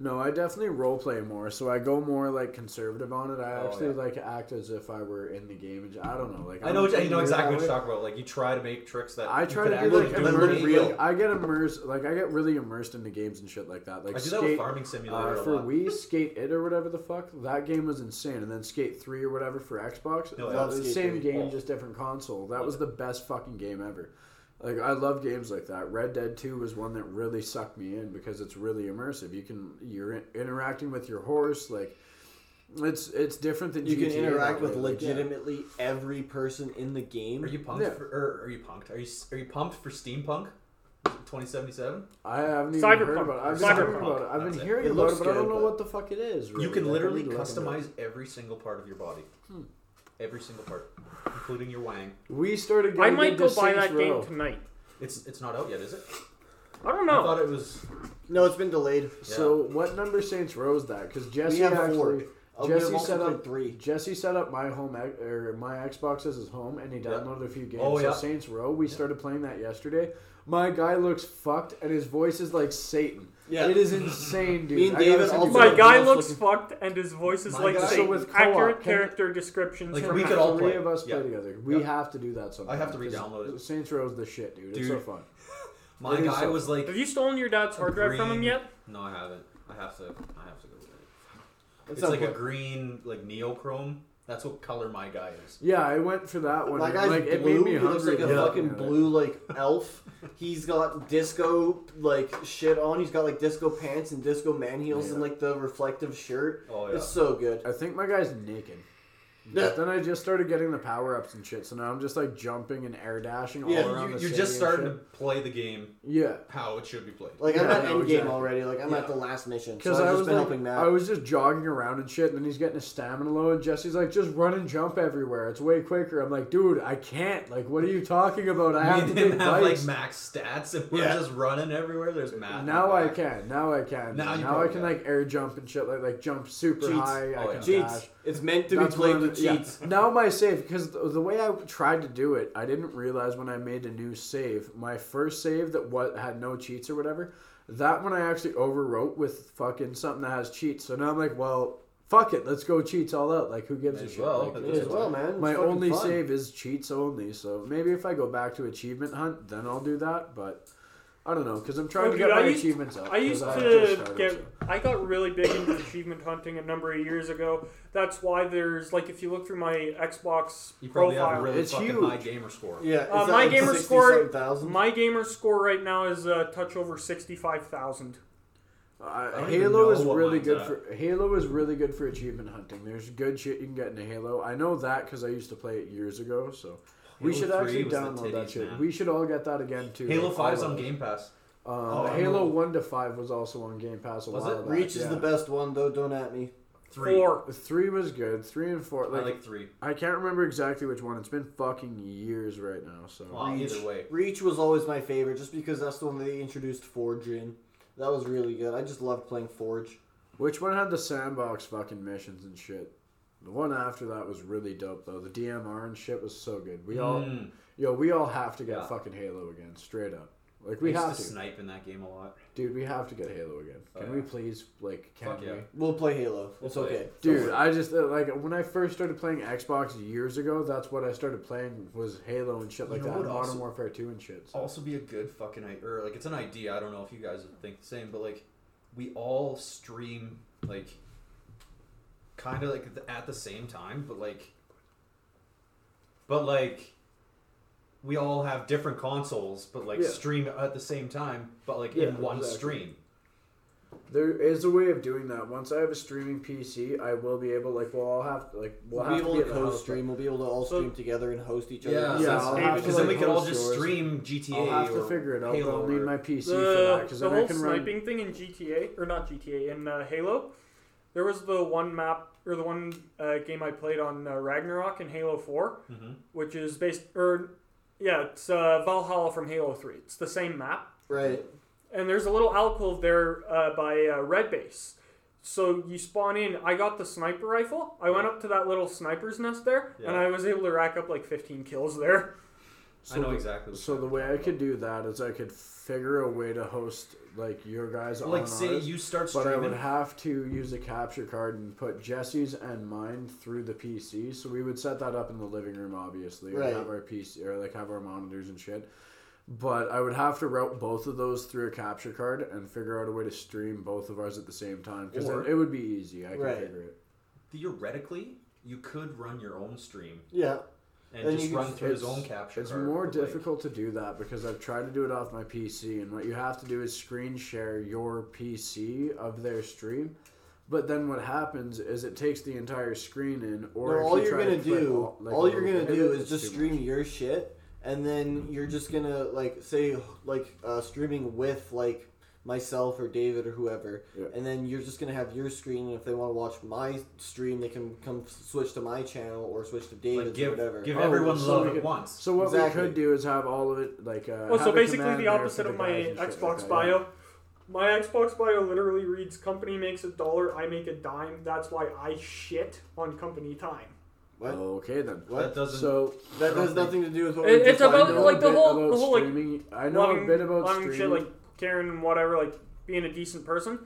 No, I definitely role play more, so I go more like conservative on it. I Oh, actually yeah. like act as if I were in the game. And j- I don't know, like I know I'm- what- you know I'm exactly weird that what you're way. talking about. Like you try to make tricks that I you try could to be actually like, do in it the immersed, game. real. like I get immersed, like I get really immersed into games and shit like that. Like I do that with skate, Farming Simulator Uh, a for lot. Wii, Skate It or whatever the fuck, that game was insane. And then Skate 3 or whatever for Xbox, No, I that love was the Skate same 3. game, Oh. just different console. That Love was it. the best fucking game ever. Like, I love games like that. Red Dead 2 was one that really sucked me in because it's really immersive. You can, you're in- interacting with your horse, like, it's it's different than You can GTA interact that with way, like, yeah. legitimately every person in the game. Are you pumped Yeah. for? Or are you punked? Are you s- are you pumped for steampunk? 2077. I haven't even Cyberpunk. heard about it. I've been Cyberpunk. hearing about it. I've That's been it. hearing It about looks it, but I don't good, know but- what the fuck it is. Really. You can Like, I literally need to look into it. customize every single part of your body, Hmm. every single part, including your wang. We started I getting might into go buy Saints that game Row. tonight. It's it's not out yet, is it? I don't I know. thought it was. No, it's been delayed. So what number Saints Row is that? Because Jesse we have four. actually Oh, we Jesse have also set played up- three. Jesse set up my home ex- or my Xbox as his home, and he Yeah. downloaded a few games. Oh, so yeah. Saints Row. We started playing that yesterday. My guy looks fucked, and his voice is like Satan. Yeah. it is insane, dude. Me and I gotta David send you also- My that. guy Who else looks looking- fucked and his voice is My like guy- Satan. So with co-op, accurate can- character descriptions. Like, from we half- could all Three play. of us Yeah. play together. We Yeah. have to do that sometime. I have to 'cause re-download it. Saints Row's the shit, dude. It's so Dude. fun. My It is guy so- was like. Have you stolen your dad's hard drive from him Agreed. yet? No, I haven't. I have to. I have to go. Get it. It's, It's not like a good. green, like neochrome. That's what color my guy is. Yeah, I went for that one. My and, guy's like, it blue. made me he looks hungry. like a to fucking look at it. blue like elf. He's got disco like shit on. He's got like disco pants and disco man heels and Yeah. like the reflective shirt. Oh yeah. It's so good. I think my guy's naked. Yeah. But then I just started getting the power ups and shit, so now I'm just like jumping and air dashing all Yeah, around you, the you're just city and starting to shit. play the game Yeah, how it should be played. Like I'm Yeah, at no, endgame exactly. already. Like I'm Yeah. at the last mission. So because I've I just was been like, helping Matt. I was just jogging around and shit, and then he's getting his stamina low, and Jesse's like, just run and jump everywhere. It's way quicker. I'm like, dude, I can't. Like, what are you talking about? I have to we didn't take have like bikes. max stats, and we're Yeah. just running everywhere. There's math. now I can. Now I can. Now Now, you I probably can can. like air jump and shit, like like jump super Cheats. high. I Oh, can cheats. dash. It's meant to That's be played one of with the- yeah. cheats. Now my save because the, the way I tried to do it, I didn't realize when I made a new save, my first save that what had no cheats or whatever, that one I actually overwrote with fucking something that has cheats. So now I'm like, well, fuck it, let's go cheats all out. Like, who gives May a as shit? well, Like, at It is it's- well, man. It's my fucking only fun. save is cheats only. So maybe if I go back to achievement hunt, then I'll do that. But I don't know because I'm trying Oh, to dude, get I my used- achievements up. I 'cause used just to started, get. so. I got really big into achievement hunting a number of years ago. That's why there's like if you look through my Xbox You probably have a profile, really It's fucking huge. high gamer score. Yeah, is Uh, that my like gamer 60 score- something thousand? my gamer score right now is a touch over sixty-five thousand. Uh, don't even Halo know is what really mine's good at. for Halo is really good for achievement hunting. There's good shit you can get in Halo. I know that because I used to play it years ago. So we Halo should 3 actually was the download that titties, shit. man. We should all get that again too. Halo like, all 5's of on us. Game Pass. Um, Oh, I Halo know. one to five was also on Game Pass a Was while it? back. Reach is yeah. the best one though. Don't at me. Three. Four. Three was good. Three and four. I Like, like three. I can't remember exactly which one. It's been fucking years right now. So Well, either way. Reach was always my favorite, just because that's the one that they introduced Forge in. That was really good. I just loved playing Forge. which one had the sandbox fucking missions and shit? The one after that was really dope though. The DMR and shit was so good. We all Mm. yo, we all have to get Yeah. fucking Halo again, straight up. Like I we used have to to, snipe in that game a lot. dude. We have to get Halo again. Oh, Can yeah. we please, like, can Fuck we? yeah. We'll play Halo. It's We'll play okay, it. Dude, I just uh, like when I first started playing Xbox years ago. That's what I started playing was Halo and shit You like know that, what Modern also- Oh. Warfare Two and shit. So. Also, be a good fucking i- or like it's an idea. I don't know if you guys would think the same, but like we all stream like kind of like at the- at the same time, but like but like we all have different consoles, but like Yeah. stream at the same time, but like Yeah, in one exactly. stream. There is a way of doing that. Once I have a streaming PC, I will be able like we'll all have to, like we'll, We'll, have be to able be to at the house, co-stream. We'll be able to all So- stream together and host each other. Yeah, Yeah, because I'll have to, then we like, could all host just yours. stream but GTA. I'll have to or figure it out. Halo but I'll need or- my PC for that The, because the then I whole can run. sniping thing in GTA or not GTA in uh, Halo, there was the one map or the one uh, game I played on uh, Ragnarok in Halo Four, Mhm. which is based or yeah, it's uh, Valhalla from Halo Three. It's the same map. Right. and there's a little alcove there uh, by uh, Red Base. So you spawn in. I got the sniper rifle. I went up to that little sniper's nest there, and Yeah. I was able to rack up like 15 kills there. So I know the- exactly. what So you're the way I talking could do that is I could figure a way to host like your guys about. on like say ours, you start but I would streaming. have to use a capture card and put Jesse's and mine through the PC. So we would set that up in the living room, obviously, and Right. have our PC or like have our monitors and shit. But I would have to route both of those through a capture card and figure out a way to stream both of ours at the same time because Or- it would be easy. I can Right. figure it. Theoretically, you could run your own stream Yeah. and Then you just could run just- through his it's- own capture. It's card, more but, like, difficult to do that because I've tried to do it off my PC, and what you have to do is screen share your PC of their stream. But then what happens is it takes the entire screen in, or No, if all you you're try gonna to flip do, all, like, all a you're little gonna bit, do it's is just too stream much. your shit, and then you're just gonna like say like uh, streaming with like myself or David or whoever, Yeah. and then you're just gonna have your screen. And if they want to watch my stream, they can come switch to my channel or switch to David's Like or give whatever. give Oh, everyone so love we at could- once. So what Exactly. we could do is have all of it like. Uh, Well, have so a basically command the there for opposite of guys my and shit Xbox like that, yeah. bio. My Xbox bio literally reads "Company makes a dollar, I make a dime." That's why I shit on company time. What? Okay then. That What? doesn't. So That has nothing to do with what It- we're it's just I about, talking know like, a the bit whole- about the whole, like, streaming. I know a bit about loving streaming. shit like Karen, whatever, like being a decent person.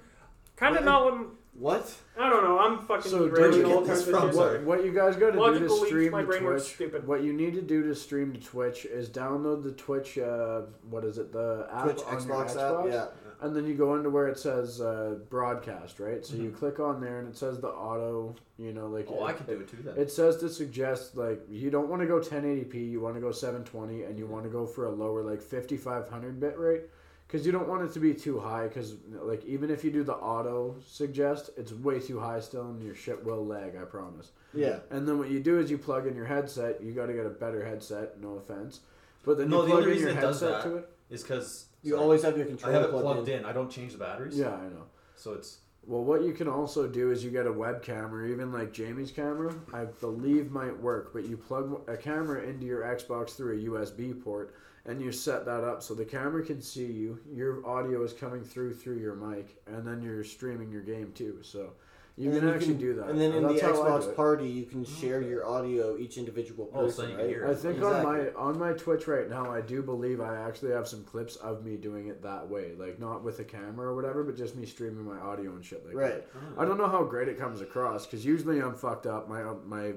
Kind What? of not what What? I don't know. I'm fucking So derailing where'd you get all this kinds of from? shit. Sorry. What, what you guys got to do Logical to leaks, stream my to brain works Twitch? stupid. What you need to do to stream to Twitch is dodownload the Twitch. Uh, what is it? The app Twitch on Xbox, your Xbox. app? Yeah. And then you go into where it says uh, broadcast, right? So you Mm-hmm. click on there and it says the auto. You know, like oh, it, I could do it too then. It says to suggest like you don't want to go 1080p, you want to go 720, and you want to go for a lower like 5500 bit rate, because you don't want it to be too high. Because like even if you do the auto suggest, it's way too high still, and your shit will lag. I promise. Yeah. And then what you do is you plug in your headset. You got to get a better headset. No offense, but then No, you the plug only in your reason it does headset that- to it. Is because You always have your I controller have it plugged, plugged in. in. I don't change the batteries. Yeah, I know. So it's Well, what you can also do is you get a webcam or even like Jamie's camera, I believe might work, but you plug a camera into your Xbox through a USB port and you set that up so the camera can see you, your audio is coming through through your mic, and then you're streaming your game too. So you And can then actually do that. And then in the That's how I do Xbox it. party, you can share your audio each individual person. Oh, so you can right? hear it. I think on Exactly. my on my Twitch right now, I do believe I actually have some clips of me doing it that way, like not with a camera or whatever, but just me streaming my audio and shit like that. Right. I don't know how great it comes across because usually I'm um, fucked up. My my,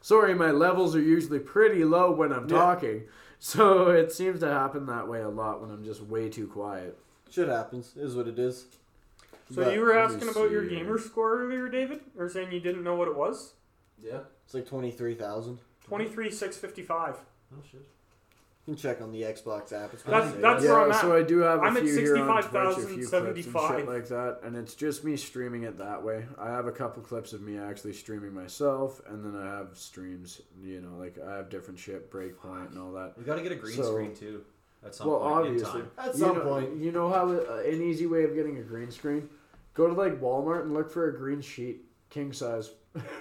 sorry, my levels are usually pretty low when I'm Yeah. talking. So it seems to happen that way a lot when I'm just way too quiet. Shit happens. Is what it is. So But you were let me asking about your see. gamer score earlier, David, or saying you didn't know what it was? Yeah. It's like twenty three thousand. Twenty three six fifty five. Oh shit. You can check on the Xbox app. It's That's- pretty that's good. where I'm yeah, at. so I do have a I'm at few here on Twitch, a few clips and 67,075. shit like that, and it's just me streaming it that way. I have a couple clips of me actually streaming myself, and then I have streams, you know, like I have different shit, Breakpoint and all that. We gotta get a green So- screen too. At some well, point obviously, in time. At You some know- point. you know how uh, an easy way of getting a green screen? Go to like Walmart and look for a green sheet, king size.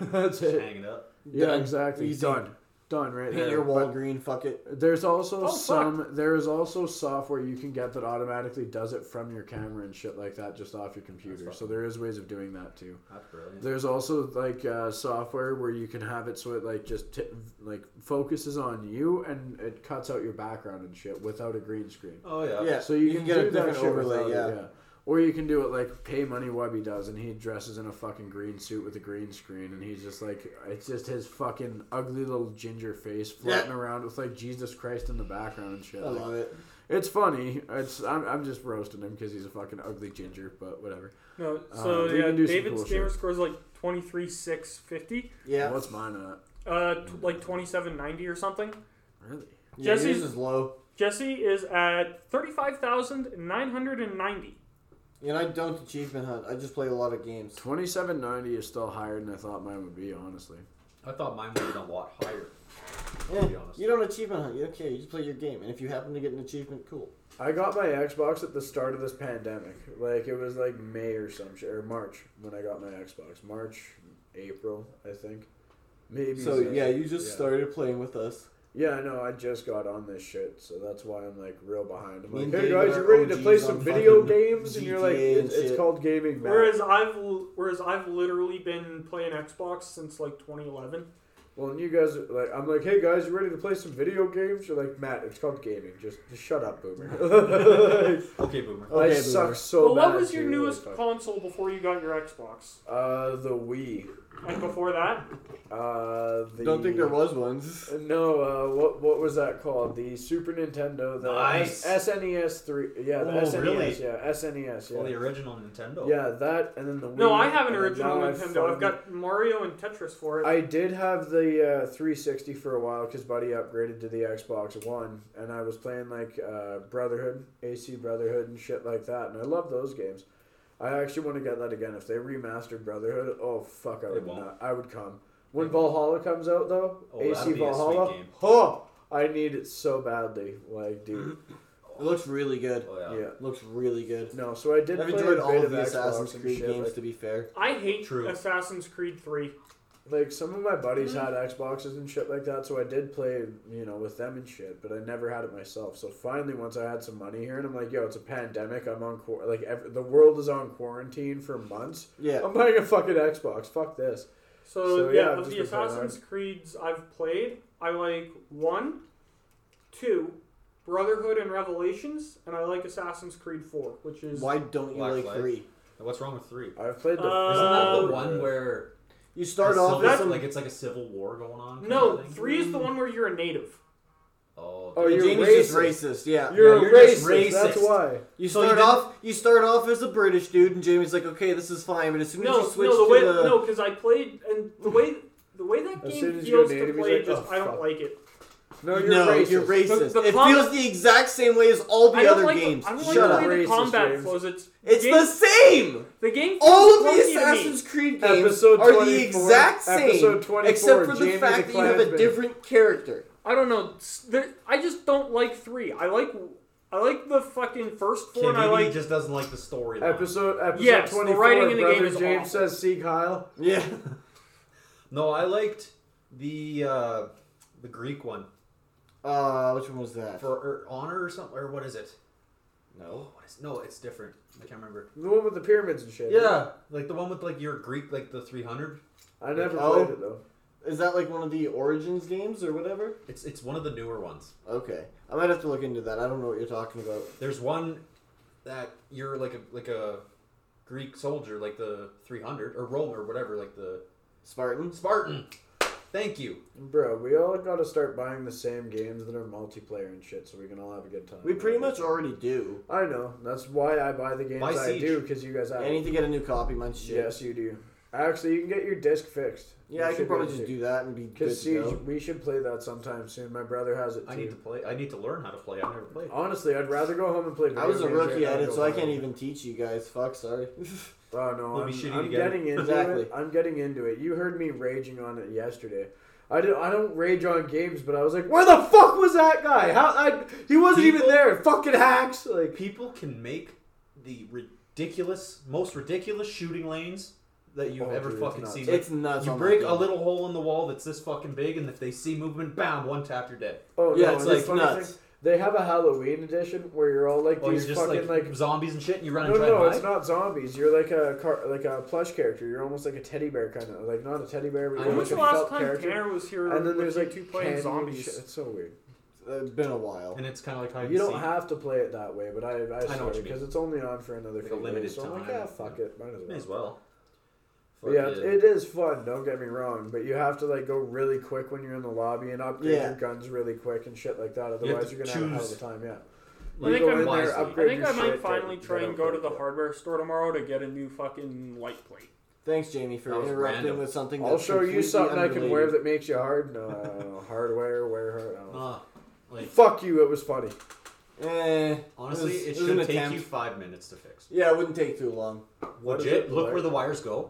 That's Just it. hang it up. Yeah, Done. exactly. Easy. Done. Done right Paint there. your But- wall green. Fuck it. There's also Oh, fuck. some. There is also software you can get that automatically does it from your camera and shit like that, just off your computer. That's So there is ways of doing that too. That's brilliant. There's also like uh, software where you can have it so it like just t- like focuses on you and it cuts out your background and shit without a green screen. Oh yeah. Yeah. So you, You can, can get a do that different shit overlay, without it, yeah. yeah. Or you can do it like Pay Money Webby does, and he dresses in a fucking green suit with a green screen, and he's just like, it's just his fucking ugly little ginger face floating around with like Jesus Christ in the background and shit. I Like, love it. it's funny. It's I'm, I'm just roasting him because he's a fucking ugly ginger, but whatever. No, so we yeah, Ah, can do some David's cool gamer shit. score is like twenty three six fifty, Yeah. What's mine at? uh, t- like twenty seven ninety or something. Really? yeah yours Jesse's- is low. Jesse is at thirty five thousand nine hundred and ninety. And I don't achievement hunt. I just play a lot of games. Twenty seven ninety is still higher than I thought mine would be. Honestly, I thought mine would have been a lot higher. Yeah, be honest. you don't achievement hunt. You don't care. You just play your game. And if you happen to get an achievement, cool. I got my Xbox at the start of this pandemic. Like it was like May or some shit or March when I got my Xbox. March, April, I think. Maybe. So May. yeah, you just Yeah. started playing with us. Yeah, no, I just got on this shit, so that's why I'm like real behind. I'm Me and like, hey David guys, are you ready to OGs play on some video fucking games? And you're like, GTA and it's, it's shit. called gaming. man. Whereas I've l- whereas I've literally been playing Xbox since like twenty eleven. Well, and you guys are like, I'm like, hey guys, you ready to play some video games? You're like, Matt, it's called gaming. Just, just shut up, boomer. Like, Okay, boomer. Okay, I boomer. suck so Well, what bad, was your dude. newest Fuck. console before you got your Xbox? Uh, the Wii. And before that, Uh, the Don't think there was ones. No, uh, what what was that called? The Super Nintendo, the Nice. SNES three, yeah, the Oh, SNES, really? yeah, SNES, yeah, Well, the original Nintendo. yeah, that, and then the Wii. no, I have an and original now I Nintendo. I've finally- got Mario and Tetris for it. I did have the uh, 360 for a while because Buddy upgraded to the Xbox One, and I was playing like uh, Brotherhood, AC Brotherhood, and shit like that, and I love those games. I actually want to get that again if they remastered Brotherhood. Oh fuck, I They would won't. not. I would come when They won't. Valhalla comes out though. Oh, AC that'd be a sweet Valhalla. game. Oh, I need it so badly, like dude. It looks really good. Oh, yeah. yeah. looks really good. No, so I did I've play a enjoyed bit all of of the Xbox Assassin's and Creed shit, games, like- to be fair. I hate True. Assassin's Creed 3. like some of my buddies Mm-hmm. had Xboxes and shit like that, so I did play, you know, with them and shit, but I never had it myself. So finally, once I had some money here, and I'm like, yo, it's a pandemic. I'm on quar like ev- the world is on quarantine for months. Yeah. I'm buying a fucking Xbox. Fuck this. So, So, yeah, yeah, of just the to play Assassin's Creeds I've played, I like 1, 2, Brotherhood and Revelations, and I like Assassin's Creed 4, which is Why don't you Black like Flag. three? What's wrong with three? I've played the. Uh, Isn't Uh, that the one where You start it's off civil- with some. like it's like a civil war going on? kind No, of thing? 3 is the one where you're a native. Oh, Oh, okay. you're Jamie's just racist. racist. Yeah. You're No, a you're just racist. That's racist. why. You So you start didn't- off. You start off as a British dude, and Jamie's like, "Okay, this is fine." But as soon as No, you switch no, the way to the no, because I played and the way the way that As game soon as you're a feels to native, he's play, like, just "Oh, I don't fuck." like it. No, you're no, racist. you're racist. The- the it com- feels the exact same way as all I the don't other like games. The, I don't Shut like the up. way the Racist combat games. flows. It's It's game, the same. the game. feels All of the clunky to me. Assassin's Creed games Episode are the 24 exact same, episode 24, except for the Jamie fact the that you have a Klansman. different character. I don't know. s- There, I just don't like three. I like I like the fucking first four, Kennedy and I like just doesn't like the story. Episode episode Yes, the 24. writing in the game Brother is James awful. says, "See Kyle." Yeah, No, I liked the uh, the Greek one uh, which one was that? for or honor or something or what is it? Oh, no, What is, no, it's different. I can't remember. The one with the pyramids and shit. Yeah, like the one with like your Greek, like the three hundred. I never Oh. played it though. is that like one of the Origins games or whatever? It's it's one of the newer ones. Okay, I might have to look into that. I don't know what you're talking about. There's one that you're like a like a Greek soldier, like the three hundred or Rome or whatever, like the Spartans. Spartan. Thank you. Bro, we all gotta start buying the same games that are multiplayer and shit, so we can all have a good time. We pretty much already do. I know. That's why I buy the games Buy I Siege. do because you guys have. I need to get a new copy. Mine's shit. yes, you do. Actually, you can get your disc fixed. Yeah, I You could should probably get just it do that and be good Because to Siege, go. we should play that sometime soon. My brother has it too. I need to play. I need to learn how to play. I've never played. Honestly, I'd rather go home and play. I video was a games right rookie now at than it, go so I buy can't it. even teach you guys. Fuck, sorry. Oh no, We'll I'm, be shitty I'm together. getting into Exactly. it. I'm getting into it. You heard me raging on it yesterday. I don't, I don't rage on games, but I was like, where the fuck was that guy? How I, he wasn't even People- there. Fucking hacks. Like People can make the ridiculous, most ridiculous shooting lanes that you've Oh, ever dude, it's fucking nuts. seen. It's nuts. you on break that a game. little hole in the wall that's this fucking big, and if they see movement, bam, one tap, you're dead. oh Yeah, no, it's and the like funny nuts. they have a Halloween edition where you're all like Or Oh, you're these just fucking like, like. zombies and shit, and you run no, and try no, to it's not zombies. You're like a car, like a plush character. You're almost like a teddy bear kind of, like not a teddy bear, but I you're When like know. was a the last felt time character. Tanner was here? And then there's like two playing candy and zombies. shit. It's so weird. It's been a while. and it's kind of like hide You and don't seek. have to play it that way, but I, I, what started you mean. because it's only on for another Like a few limited days. So I'm like, time. yeah, fuck it, might as well. May as well. But yeah, Fuck it- it is fun. Don't get me wrong, but you have to like go really quick when you're in the lobby and upgrade Yeah. your guns really quick and shit like that. You have Otherwise, to you are gonna have a hell of a choose- time. Yeah, I think go I'm in there, wisely. I upgrade think your I might shit, finally get- try get and go to upgraded, the yeah. hardware store tomorrow to get a new fucking light plate. Thanks, Jamie, for That was interrupting random. with something. I'll that's show you completely something I can wear unrelated. that makes you hard. No, I don't know. hardware, wear hard. I don't know. Ah, like Fuck you. It was funny. Eh, honestly, was- it, was an should take attempt. you five minutes to fix. Yeah, it wouldn't take too long. What is Legit, it, look Blair? where the wires go.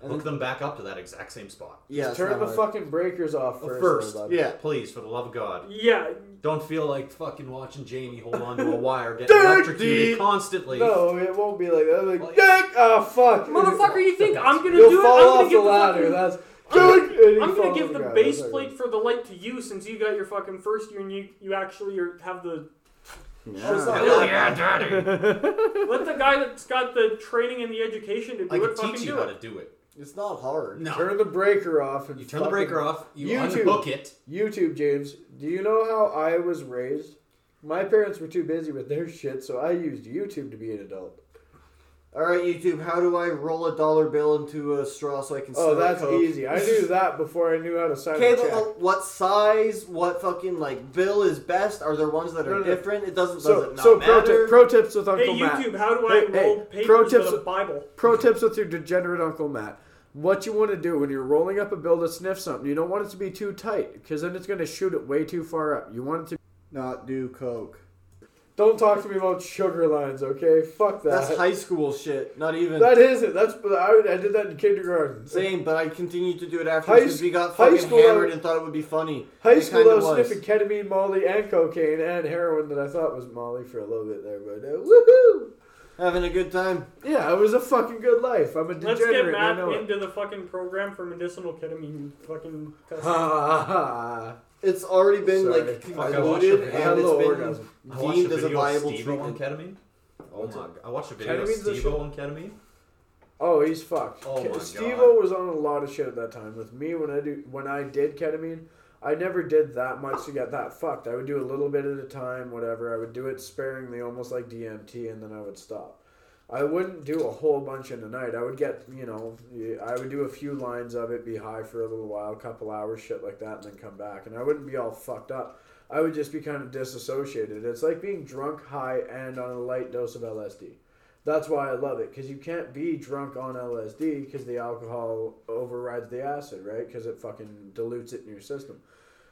And Hook then- them back up to that exact same spot. yeah, it's Turn not the hard. fucking breakers off Oh, first. first, though, bud. Yeah, Please, for the love of God, Yeah, don't feel like fucking watching Jamie hold on to a wire, get electrocuted constantly. No, it won't be like that. Like, Well, dick. Oh fuck, motherfucker, you think I'm gonna do You'll it? fall I'm gonna off the give ladder. fucking- That's I'm Dude, and he I'm falls gonna give on the ground. base That's plate okay. for the light to you since you got your fucking first year and you, you actually are, have the. Yeah. Hell yeah, daddy! Let the guy that's got the training and the education to do I it can fucking teach you do how it. to do it. it's not hard. No. Turn the breaker off and You turn the fucking- breaker off, you YouTube. unhook it. YouTube, James. Do you know how I was raised? My parents were too busy with their shit, so I used YouTube to be an adult. All right, YouTube, how do I roll a dollar bill into a straw so I can? Oh, snort that's Coke? easy. I knew that before I knew how to sign Okay, a but oh, check. uh, what size? What fucking like bill is best? Are there ones that No, are no. different? It doesn't does So, it not so pro, matter. tip, pro tips with Uncle Hey Matt. YouTube, how do I Hey, hey, roll pro papers tips- with a Bible? Pro tips with your degenerate Uncle Matt. What you want to do when you're rolling up a bill to sniff something, you don't want it to be too tight, because then it's going to shoot it way too far up. You want it to. not do coke. Don't talk to me about sugar lines, okay? Fuck that. That's high school shit. Not even That is it. That's I, would- I did that in kindergarten. same. But I continued to do it after High because s- we got high fucking school, I hammered was- and thought it would be funny. High It school, kinda I was, was. sniffing ketamine, Molly, and cocaine, and heroin that I thought was Molly for a little bit there, but uh, woohoo! Having a good time. Yeah, it was a fucking good life. I'm a Let's get degenerate. I Matt know it. into the fucking program for medicinal ketamine fucking testing. Ha ha ha! It's already been Sorry. like Fuck, I watched a concluded video. I had a and little it's orgasm. I been watched deemed a as a video of viable Steve-O on treatment. ketamine. Oh my What's god, I watched a video Ketamine's the of Steve-O shit. on ketamine. Oh, he's fucked. Oh my God. Steve O was on a lot of shit at that time. With me, when I do when I did ketamine, I never did that much to get that fucked. I would do a little bit at a time, whatever. I would do it sparingly, almost like DMT, and then I would stop. I wouldn't do a whole bunch in a night. I would get, you know, I would do a few lines of it, be high for a little while, couple hours, shit like that, and then come back. And I wouldn't be all fucked up. I would just be kind of disassociated. It's like being drunk, high, and on a light dose of LSD. That's why I love it because you can't be drunk on LSD because the alcohol overrides the acid, right? Because it fucking dilutes it in your system.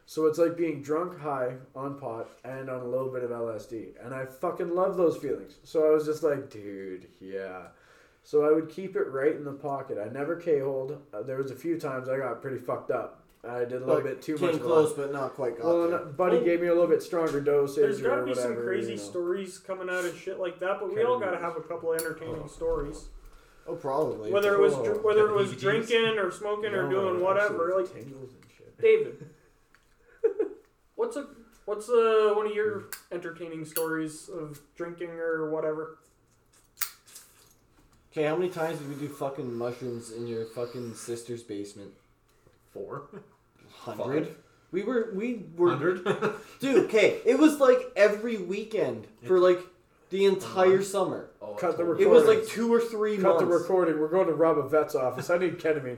So it's like being drunk, high on pot, and on a little bit of LSD. And I fucking love those feelings. So I was just like, dude, yeah. So I would keep it right in the pocket. I never K-holed. Uh, there was a few times I got pretty fucked up. I did a little But bit too Came much. close, but not quite got Well, there. and Buddy Well, gave me a little bit stronger dosage. There's got gotta to be some crazy stories coming out of shit like that, but we all gotta have a couple entertaining stories. Oh, probably. Whether it was Oh. dr- whether it was DVDs. drinking or smoking or doing whatever, like David, what's a what's uh one of your entertaining stories of drinking or whatever? Okay, how many times did we do fucking mushrooms in your fucking sister's basement? Four. Hundred. Five. We were we were Hundred. Oh, dude. Okay, it was like every weekend for like the entire summer. Oh, Cut the It totally. was Recordings. like two or three Cut the months. recording. We're going to rob a vet's office. I need ketamine.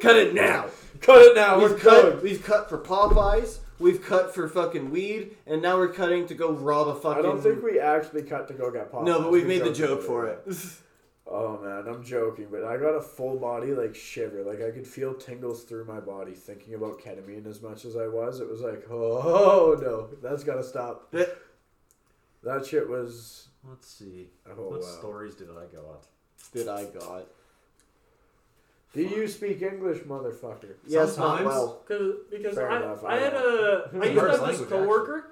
cut it now. Cut it now. We're We've cut. going. We've cut for Popeyes. We've cut for fucking weed, and now we're cutting to go rob a fucking. I don't think we actually cut to go get pop. No, but we've made the joke for it. Oh man, I'm joking, but I got a full body like shiver. Like I could feel tingles through my body thinking about ketamine as much as I was. It was like, oh no, that's gotta stop. That shit was. Let's see. Oh what wow. stories did I got? That I got. Do you speak English, motherfucker? Yes, not Sometimes. well. Cause, because Fair I, enough, I I had a don't I used to First have this language, coworker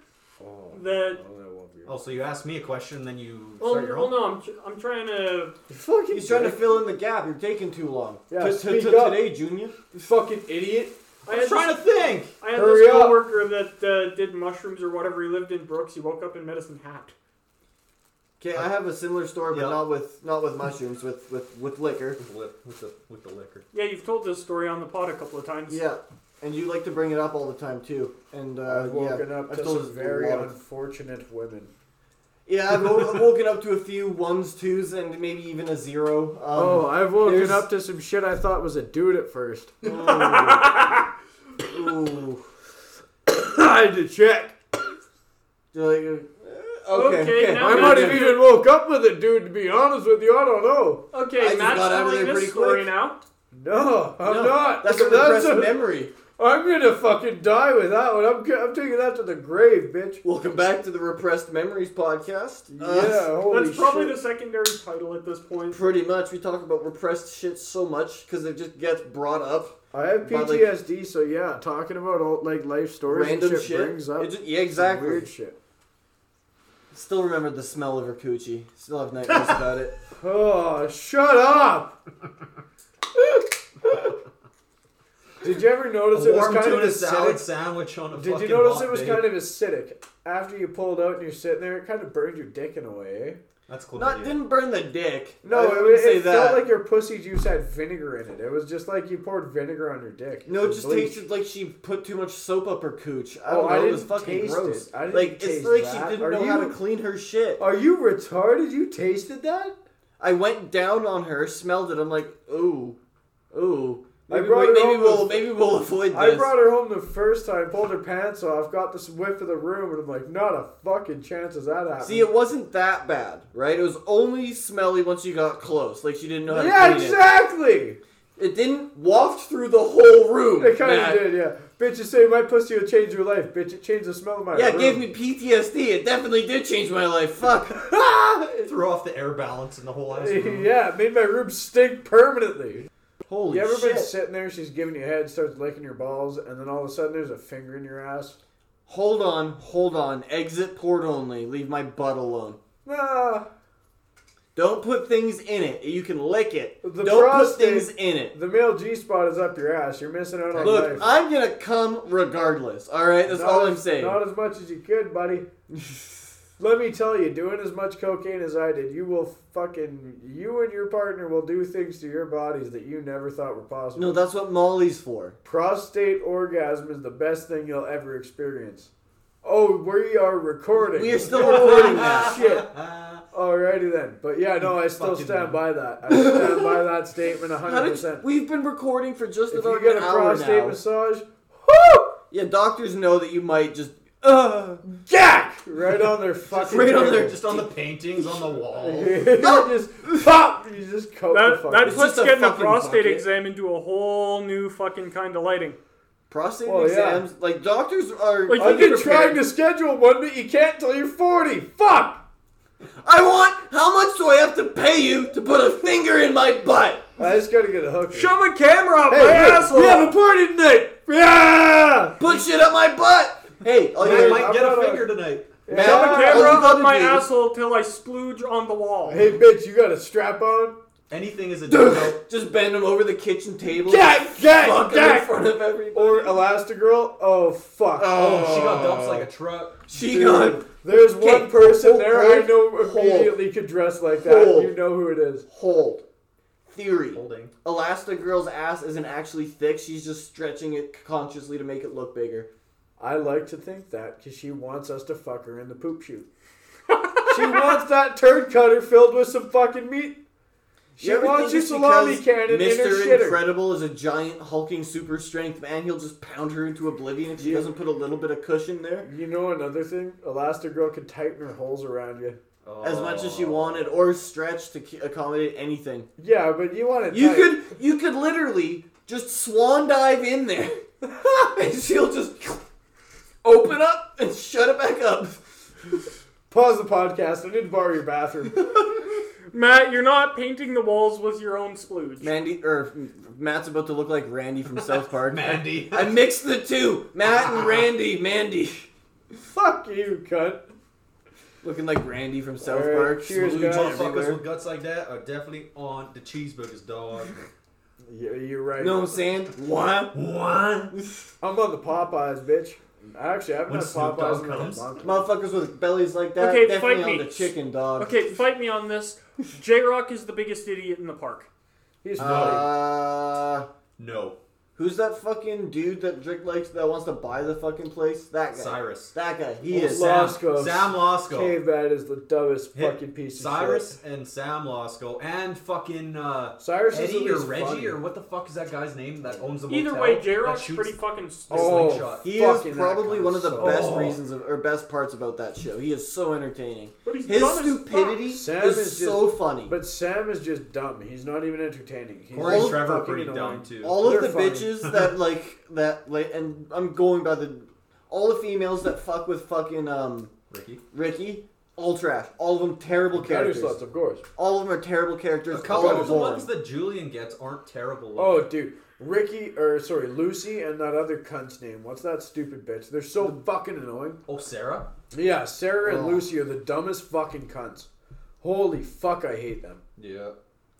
Oh, that oh, that won't be Oh, so you asked me a question, then you well, start your Oh, well own. no I'm, tr- I'm trying to Fucking He's trying to fill in the gap. You're taking too long. Yeah, To- to- speak to up. today, Junior. fucking idiot. I had trying to think. I had Hurry this up. coworker that uh, did mushrooms or whatever. He lived in Brooks. He woke up in Medicine Hat. Okay, I have a similar story, but Yeah. not with not with mushrooms, with with with liquor. With, lip- with the with the liquor. Yeah, you've told this story on the pod a couple of times. Yeah, and you like to bring it up all the time too. And uh, I've woken yeah, up I've to told some this a very lot of- unfortunate women. yeah, I've, wo- I've woken up to a few ones, twos, and maybe even a zero. Um, oh, I've woken there's- up to some shit I thought was a dude at first. Ooh. Ooh. I had to check. Like, uh, Okay, Okay. okay. now I I'm might gonna have do- even woke up with a dude, to be honest with you. I don't know. I Okay, just Matt's got out of telling this there pretty story quick. now. No, I'm No, not. That's a repressed memory. I'm gonna fucking die with that one. I'm, g- I'm taking that to the grave, bitch. Welcome back to the Repressed Memories podcast. Uh, yeah, holy That's probably shit. the secondary title at this point. pretty much. We talk about repressed shit so much because it just gets brought up. I have but, like- PTSD, so yeah, talking about all like life stories Random and shit, shit. brings up It just- yeah, exactly. weird shit. Still remember the smell of her coochie. Still have nightmares about it. Oh, shut up! Did you ever notice A it was warm kind of tuna salad acidic? sandwich on a Did you fucking notice hot it was day. kind of acidic? After you pulled out and you're sitting there, it kind of burned your dick in a way, eh? That's chlamydia. Not didn't burn the dick. No, I it, wouldn't it felt like your pussy juice had vinegar in it. It was just like you poured vinegar on your dick. no, it was just bleach. tasted like she put too much soap up her cooch. I Oh, don't know. I it was didn't fucking taste gross. it. I didn't like taste it's like that. she didn't Are know how you- to clean her shit. Are you retarded? You tasted that? I went down on her, smelled it. I'm like, ooh, ooh. I Maybe, brought we, it maybe home we'll with- maybe we'll avoid this. I brought her home the first time, pulled her pants off, got this whiff of the room, and I'm like, not a fucking chance is that happening. See, it wasn't that bad, right? It was only smelly once you got close. Like she didn't know how to yeah, clean exactly. it. It didn't waft through the whole room. It kind Matt. of did, yeah. Bitch, you say my pussy will change your life. Bitch, it changed the smell of my Yeah, it room. gave me PTSD. It definitely did change my life. Fuck. threw off the air balance in the whole house. yeah, it made my room stink permanently. Holy You ever shit. been sitting there, she's giving you head, starts licking your balls, and then all of a sudden there's a finger in your ass? Hold on, hold on. Exit port only. Leave my butt alone. Nah. Don't put things in it. You can lick it. The Don't prostate- put things in it. The male G spot is up your ass. You're missing out on Look, life. I'm gonna come regardless. All right, that's Not all as- I'm saying. Not as much as you could, buddy. Let me tell you, doing as much cocaine as I did, you will fucking you and your partner will do things to your bodies that you never thought were possible. No, that's what Molly's for. Prostate orgasm is the best thing you'll ever experience. Oh, we are recording. We are still recording that. Shit. Uh, Alrighty then. But yeah, no, I still Fucking stand by that. I stand by that statement How did 100%. you- we've been recording for just if about you get an a hour prostate now. massage, whoo! Yeah, doctors know that you might just uh, jack Right on their fucking right on table. their- Just on the paintings on the wall. you just pop. You just coat the That, fuck. that It's puts just a getting a fucking prostate bucket. exam into a whole new fucking kind of lighting. prostate Well, yeah. exams. Like doctors are. Like, you I've underprepared. can been trying to schedule one, but you can't till you're forty. Fuck. I want. How much do I have to pay you to put a finger in my butt? I just gotta get a hook. Show my camera up, hey, my hey, asshole! We have a party tonight. Yeah. Put shit up my butt. Hey, all you I gotta- might I'm get a not a- finger tonight. Matt, Show the all you camera gotta up my do- asshole till I splooge on the wall. Hey, bitch, you got a strap on? Anything is a dildo. Just bend him over the kitchen table. Jack, Jack, Fuck him in Jack. front of everybody. Or Elastigirl? Oh fuck. Oh, she got dumped like a truck. She Dude, got There's Okay, one person hold, there hold, I know hold. immediately could dress like that. Hold. You know who it is. hold. Theory. Holding. Elastigirl's ass isn't actually thick. She's just stretching it consciously to make it look bigger. I like to think that because she wants us to fuck her in the poop chute. She wants that turd cutter filled with some fucking meat. She You ever think wants your it's salami because cannon in her Mr. shitter. Incredible is a giant hulking super strength man. He'll just pound her into oblivion if she Yeah. doesn't put a little bit of cushion there. you know another thing? Elastigirl can tighten her holes around you. As much as she wanted, or stretch to c- accommodate anything. Yeah, but you want it. You tight. could you could literally just swan dive in there, and she'll just open up and shut it back up. pause the podcast. I need to borrow your bathroom. Matt, you're not painting the walls with your own splooge. Mandy or Matt's about to look like Randy from South Park. Oh. Mandy. I mixed the two, Matt and Randy. Mandy, Fuck you, cunt. looking like Randy from South All right, Park. cheers, Smooch guys. Motherfuckers everywhere. with guts like that are definitely on the cheeseburgers, dog. Yeah, you're right. You know what I'm saying? What? What? I'm on the Popeyes, bitch. Actually, I haven't When had Snoop Popeyes Dogg in a comes. month. Motherfuckers with bellies like that. Okay, definitely fight on me. the chicken dog. Okay, fight me on this. J Rock is the biggest idiot in the park. He's funny. Uh, No. who's that fucking dude that Drake likes that wants to buy the fucking place? That guy. Cyrus. That guy. He Oh, is. Lord. Sam, Losco. Sam Losco. Cave Bad is the dumbest Hit fucking piece of Cyrus and Sam Losco and fucking uh, shit. Cyrus is at Eddie or least Reggie funny. or what the fuck is that guy's name that owns the Either motel way, that J Rock's shoots- pretty fucking. stupid. Oh, slingshot. He fucking is that probably guy one of the so- best Oh. reasons of, or best parts about that show. He is so entertaining. But he's His dumb as stupidity fuck. is, Sam is just- so funny. But Sam is just dumb. He's not even entertaining. He's All Corey and of Trevor are fucking pretty annoying. dumb too. all of They're the funny. bitches that like that like, and I'm going by the all the females that fuck with fucking um Ricky. Ricky, all trash. All of them terrible Gutter characters. sluts, of course. All of them are terrible characters. A couple all of are the boring. ones that Julian gets aren't terrible. Oh, dude. Ricky, or sorry, Lucy and that other cunt's name. What's that stupid bitch? They're so fucking annoying. oh, Sarah. Yeah, Sarah and Oh. Lucy are the dumbest fucking cunts. Holy fuck, I hate them. Yeah.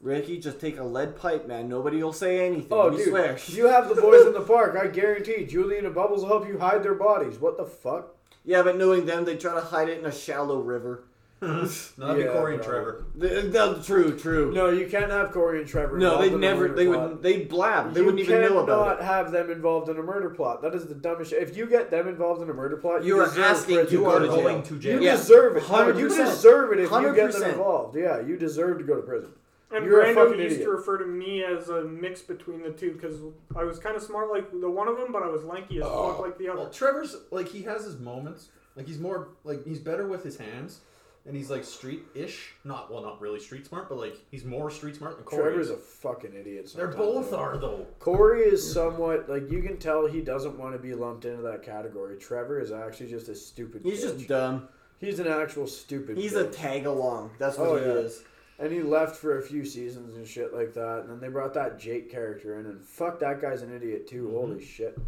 Ricky, just take a lead pipe, man. Nobody will say anything. Oh, we dude, swear. you have the boys in the park. I guarantee Julian and Bubbles will help you hide their bodies. What the fuck? Yeah, but knowing them, they try to hide it in a shallow river. No, that'd Yeah, be Corey and bro. Trevor. Th- no, true, true. No, you can't have Corey and Trevor. No, involved they in a never. murder They plot. would. They blab. They you wouldn't even know about cannot have them involved in a murder plot. That is the dumbest. shit. If you get them involved in a murder plot, you You are deserve asking prison. to You go are to jail. going to jail. You Yeah. deserve it. No, you 100%. deserve it if you get them 100%. involved. Yeah, you deserve to go to prison. And You're a Brando fucking used idiot. to refer to me as a mix between the two because I was kind of smart like the one of them, but I was lanky as Oh. fuck like the Well, other. Trevor's like he has his moments. Like he's more like he's better with his hands, and he's like street-ish. Not well, not really street smart, but like he's more street smart than Corey. Trevor's is. a fucking idiot. They're sometimes, both though. are though. Corey is somewhat like you can tell he doesn't want to be lumped into that category. Trevor is actually just a stupid. it. He's bitch. just dumb. He's an actual stupid. He's a bitch. tag along. That's what Oh, he yeah. is. and he left for a few seasons and shit like that. And then they brought that Jake character in, and fuck, that guy's an idiot too. Mm-hmm. Holy shit!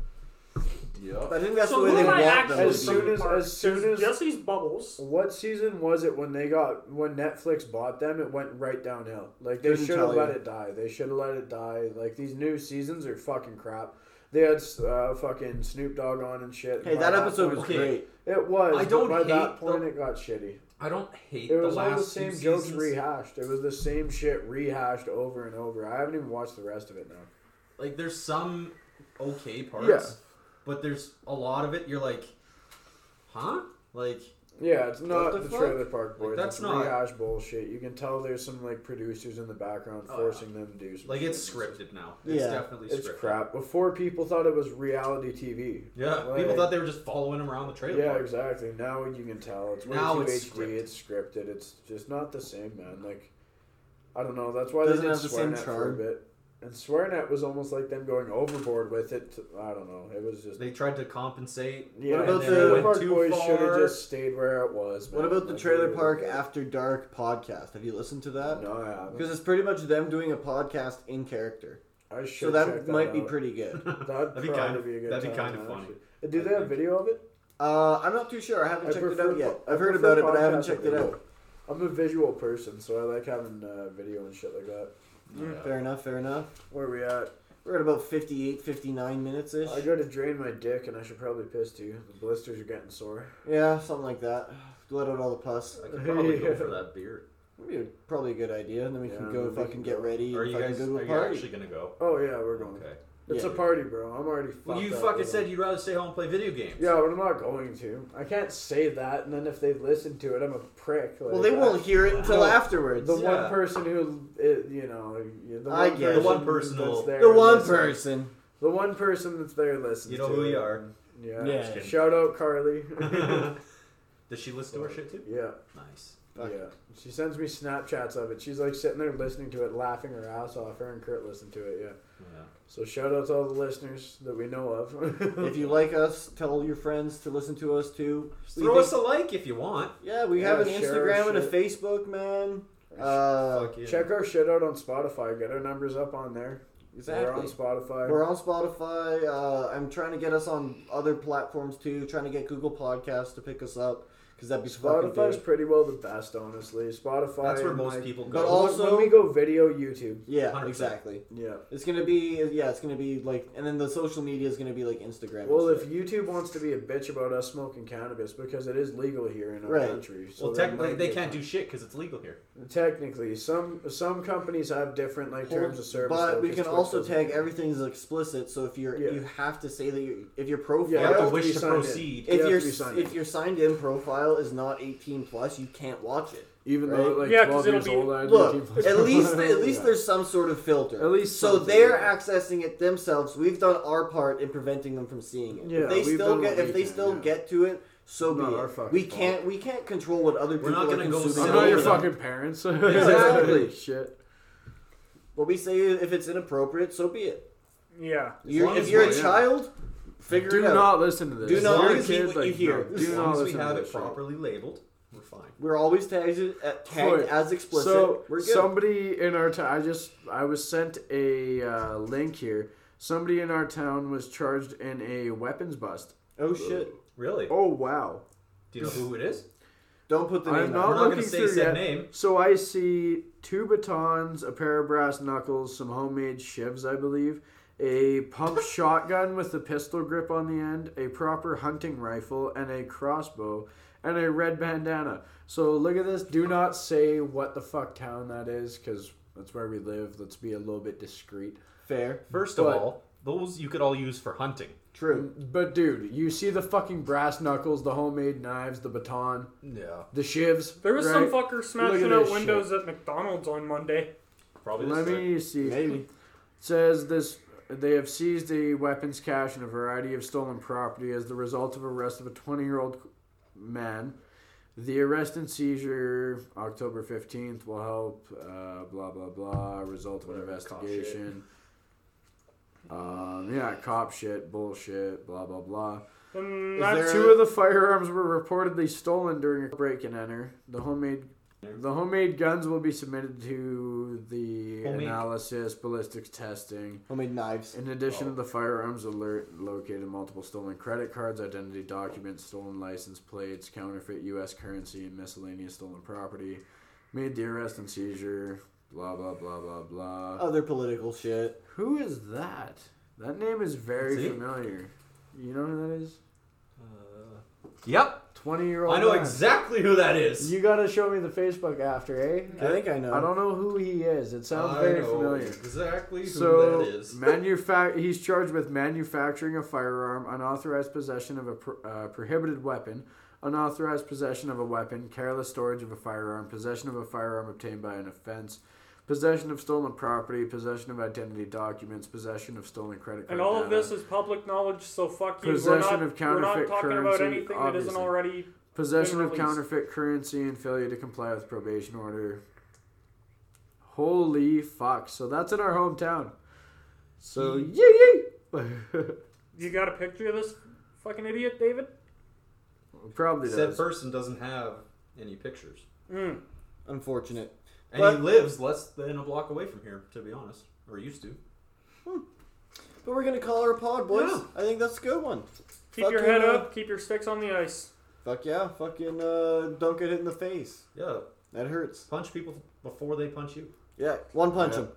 Yeah. I think that's so the way who they am I want them. actually to As soon be. from as- the park? as soon 'Cause as- Jesse's bubbles. What season was it when they got when Netflix bought them? It went right downhill. Like they Couldn't should have tell let you. it die. They should have let it die. Like these new seasons are fucking crap. They had uh, fucking Snoop Dogg on and shit. Hey, By that episode point- was Okay. great. It was. I but don't by that hate point, the- it got shitty. I don't hate It was the all last the same two jokes seasons. rehashed. It was the same shit rehashed over and over. I haven't even watched the rest of it now. Like there's some okay parts, Yeah. but there's a lot of it. You're like, huh? Like Yeah, it's not the the, fuck? Trailer Park Like, Boys. that's it's not- rehashed bullshit. You can tell there's some like producers in the background Oh, forcing them to do some like shit. it's scripted now. It's Yeah. definitely It's scripted. crap. Before people thought it was reality TV. Yeah, Like- people thought they were just following him around the trailer. Yeah, park. exactly. Now you can tell it's way Now too it's HD. scripted. It's scripted. It's just not the same, man. Like, I don't know. That's why Doesn't they did have the same SwearNet for a charm. bit, and SwearNet was almost like them going overboard with it. I don't know. It was just. They tried to compensate. yeah, about and the- Trailer went Park too Boys should have far. just stayed where it was. What man. about the Like, Trailer they- Park After Dark podcast? Have you listened to that? No, I haven't. Because it's pretty much them doing a podcast in character. I should So check that might be out. pretty good. That'd that'd be probably kind of be a good that'd be time, kind of funny. actually. Do they have video of it? Uh, I'm not too sure. I haven't I checked prefer it out yet. po- I've heard prefer about it, but I haven't podcasts checked it over out. I'm a visual person, so I like having uh, video and shit like that. Yeah. Fair enough, fair enough. Where we at? We're at about 58, 59 minutes ish. I gotta drain my dick, and I should probably piss too. The blisters are getting sore. Yeah, something like that. Let out all the pus. I could probably go for that beer. That'd be a- probably a good idea. And then we Yeah, can go we fucking can get go. ready Are and you fucking guys go to are a you party. actually gonna go? Oh yeah, we're going. Okay. It's Yeah. a party, bro. I'm already fucked Well, you up, fucking bro. said you'd rather stay home and play video games. Yeah, but I'm not going to. I can't say that, and then if they listen to it, I'm a prick. Like, Well, they won't hear it until No. afterwards. The The, Yeah. one person who, it, you know, the one I get it. person The one person that's will- there one listening. person. the one person that's there listening. You know to who it. you are. Yeah. Yeah. Just kidding. Shout out Carly. Does she listen to our shit too? yeah. Nice. Fuck. Yeah. She sends me Snapchats of it. She's like sitting there listening to it, laughing her ass off. Her and Kurt listen to it. Yeah. Yeah. So shout out to all the listeners that we know of. If you like us, tell your friends to listen to us too. Just We throw think- us a like if you want. Yeah, we Yeah, have an share our Instagram and a shit. Facebook, man. Uh, Fuck yeah. Check our shit out on Spotify. Get our numbers up on there. We're on exactly. Spotify. We're on Spotify. Uh, I'm trying to get us on other platforms too. Trying to get Google Podcasts to pick us up because that'd be fucking Spotify's big. pretty well the best, honestly. Spotify. That's where and, most like, people go. But But all- also, Also- when we go video, YouTube. Yeah, 100%. exactly. Yeah. It's gonna be yeah, it's gonna be like, and then the social media is gonna be like Instagram. and Well, if shit. YouTube wants to be a bitch about us smoking cannabis because it is legal here in our Right. country, so well, that technically, might they be can't fine. do shit because it's legal here. Technically, some some companies have different like terms of service, but though, we 'cause can Twitch also doesn't. tag everything as explicit. So if you're Yeah. you have to say that you if your profile Yeah, you have it to has to wish be to signed in. proceed. It- if has your to be signed if in. your signed in profile is not 18 plus, you can't watch it. even right? though like Yeah, 'cause twelve it'll years be- old. I Look, at least at least Yeah. there's some sort of filter. At least so something, they're yeah. accessing it themselves. We've done our part in preventing them from seeing it. Yeah, if they we've still done get what if we they can, still yeah. get to it, so Not be our it. fucking We fault. can't we can't control what other people We're not are gonna go consuming. sit I'm I'm not not your over them. fucking parents. Exactly. Shit. What we say if it's inappropriate, so be it. Yeah. You're, long if as you're we're- a child, figure Do it out. not listen to this. Do As not If long you're a listen to kid, what like, you hear. no. As As Do long not as we listen to have it this shit. properly labeled, we're fine. We're always tagged, at, tagged Right. as explicit. So We're good. somebody in our town, I just I was sent a uh, link here. Somebody in our town was charged in a weapons bust. oh shit! Really? Oh wow! Do you know who it is? Don't put the I'm name not We're out. not going looking to say through yet. said name. So I see two batons, a pair of brass knuckles, some homemade shivs, I believe, a pump shotgun with a pistol grip on the end, a proper hunting rifle, and a crossbow, and a red bandana. So look at this. Do not say what the fuck town that is, because that's where we live. Let's be a little bit discreet. Fair, First of But- all, those you could all use for hunting. true. But dude, you see the fucking brass knuckles, the homemade knives, the baton, Yeah. the shivs. There was some right? fucker smashing out this windows at McDonald's on Monday. Probably Let this guy. me see. Maybe. says this they have seized a weapons cache and a variety of stolen property as the result of arrest of a 20 year old man the arrest and seizure october 15th will help uh, blah blah blah result of an Whatever, cop shit. investigation um, yeah cop shit bullshit blah blah blah And Is that's there- Two of the firearms were reportedly stolen during a break and enter. The homemade the homemade guns will be submitted to the Homemade. analysis, ballistics testing. Homemade knives. In addition to the firearms alert, located multiple stolen credit cards, identity documents, stolen license plates, counterfeit U.S. currency, and miscellaneous stolen property. Made the arrest and seizure. Blah blah blah blah blah. Other political shit. Who is that? That name is very See? familiar. You know who that is? Uh, yep. Twenty year old. I know exactly who that is. You gotta show me the Facebook after, eh? I think I know. I don't know who he is. It sounds I very know familiar. Exactly who So, that is. manufa- he's charged with manufacturing a firearm, unauthorized possession of a pro- uh, prohibited weapon, unauthorized possession of a weapon, careless storage of a firearm, possession of a firearm obtained by an offense, possession of stolen property, possession of identity documents, possession of stolen credit card And all of data, this is public knowledge, so fuck you. we're Possession not, of we're not counterfeit talking about currency, anything that obviously. isn't already. possession been of released. counterfeit currency, and failure to comply with probation order. Holy fuck! So that's in our hometown. So yee yee. You got a picture of this fucking idiot, David? Probably Said does. person doesn't have any pictures. Hmm. Mm. Unfortunate. And But- he lives less than a block away from here, to be honest. Or used to. But we're gonna call her a pod, boys. Yeah. I think that's a good one. Keep Fuck your you, head man. up. Keep your sticks on the ice. Fuck yeah, fucking uh, don't get hit in the face. Yeah. That hurts. Punch people before they punch you. Yeah, one punch Yeah. him.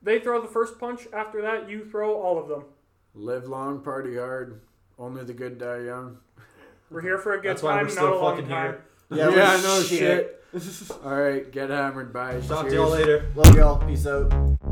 They throw the first punch. After that, you throw all of them. Live long, party hard. Only the good die young. We're here for a good That's why time, we're not still a long fucking time. here. Yeah, yeah well, no shit. shit. All right, get hammered. Bye. Talk Cheers. to y'all later. Love y'all. Peace out.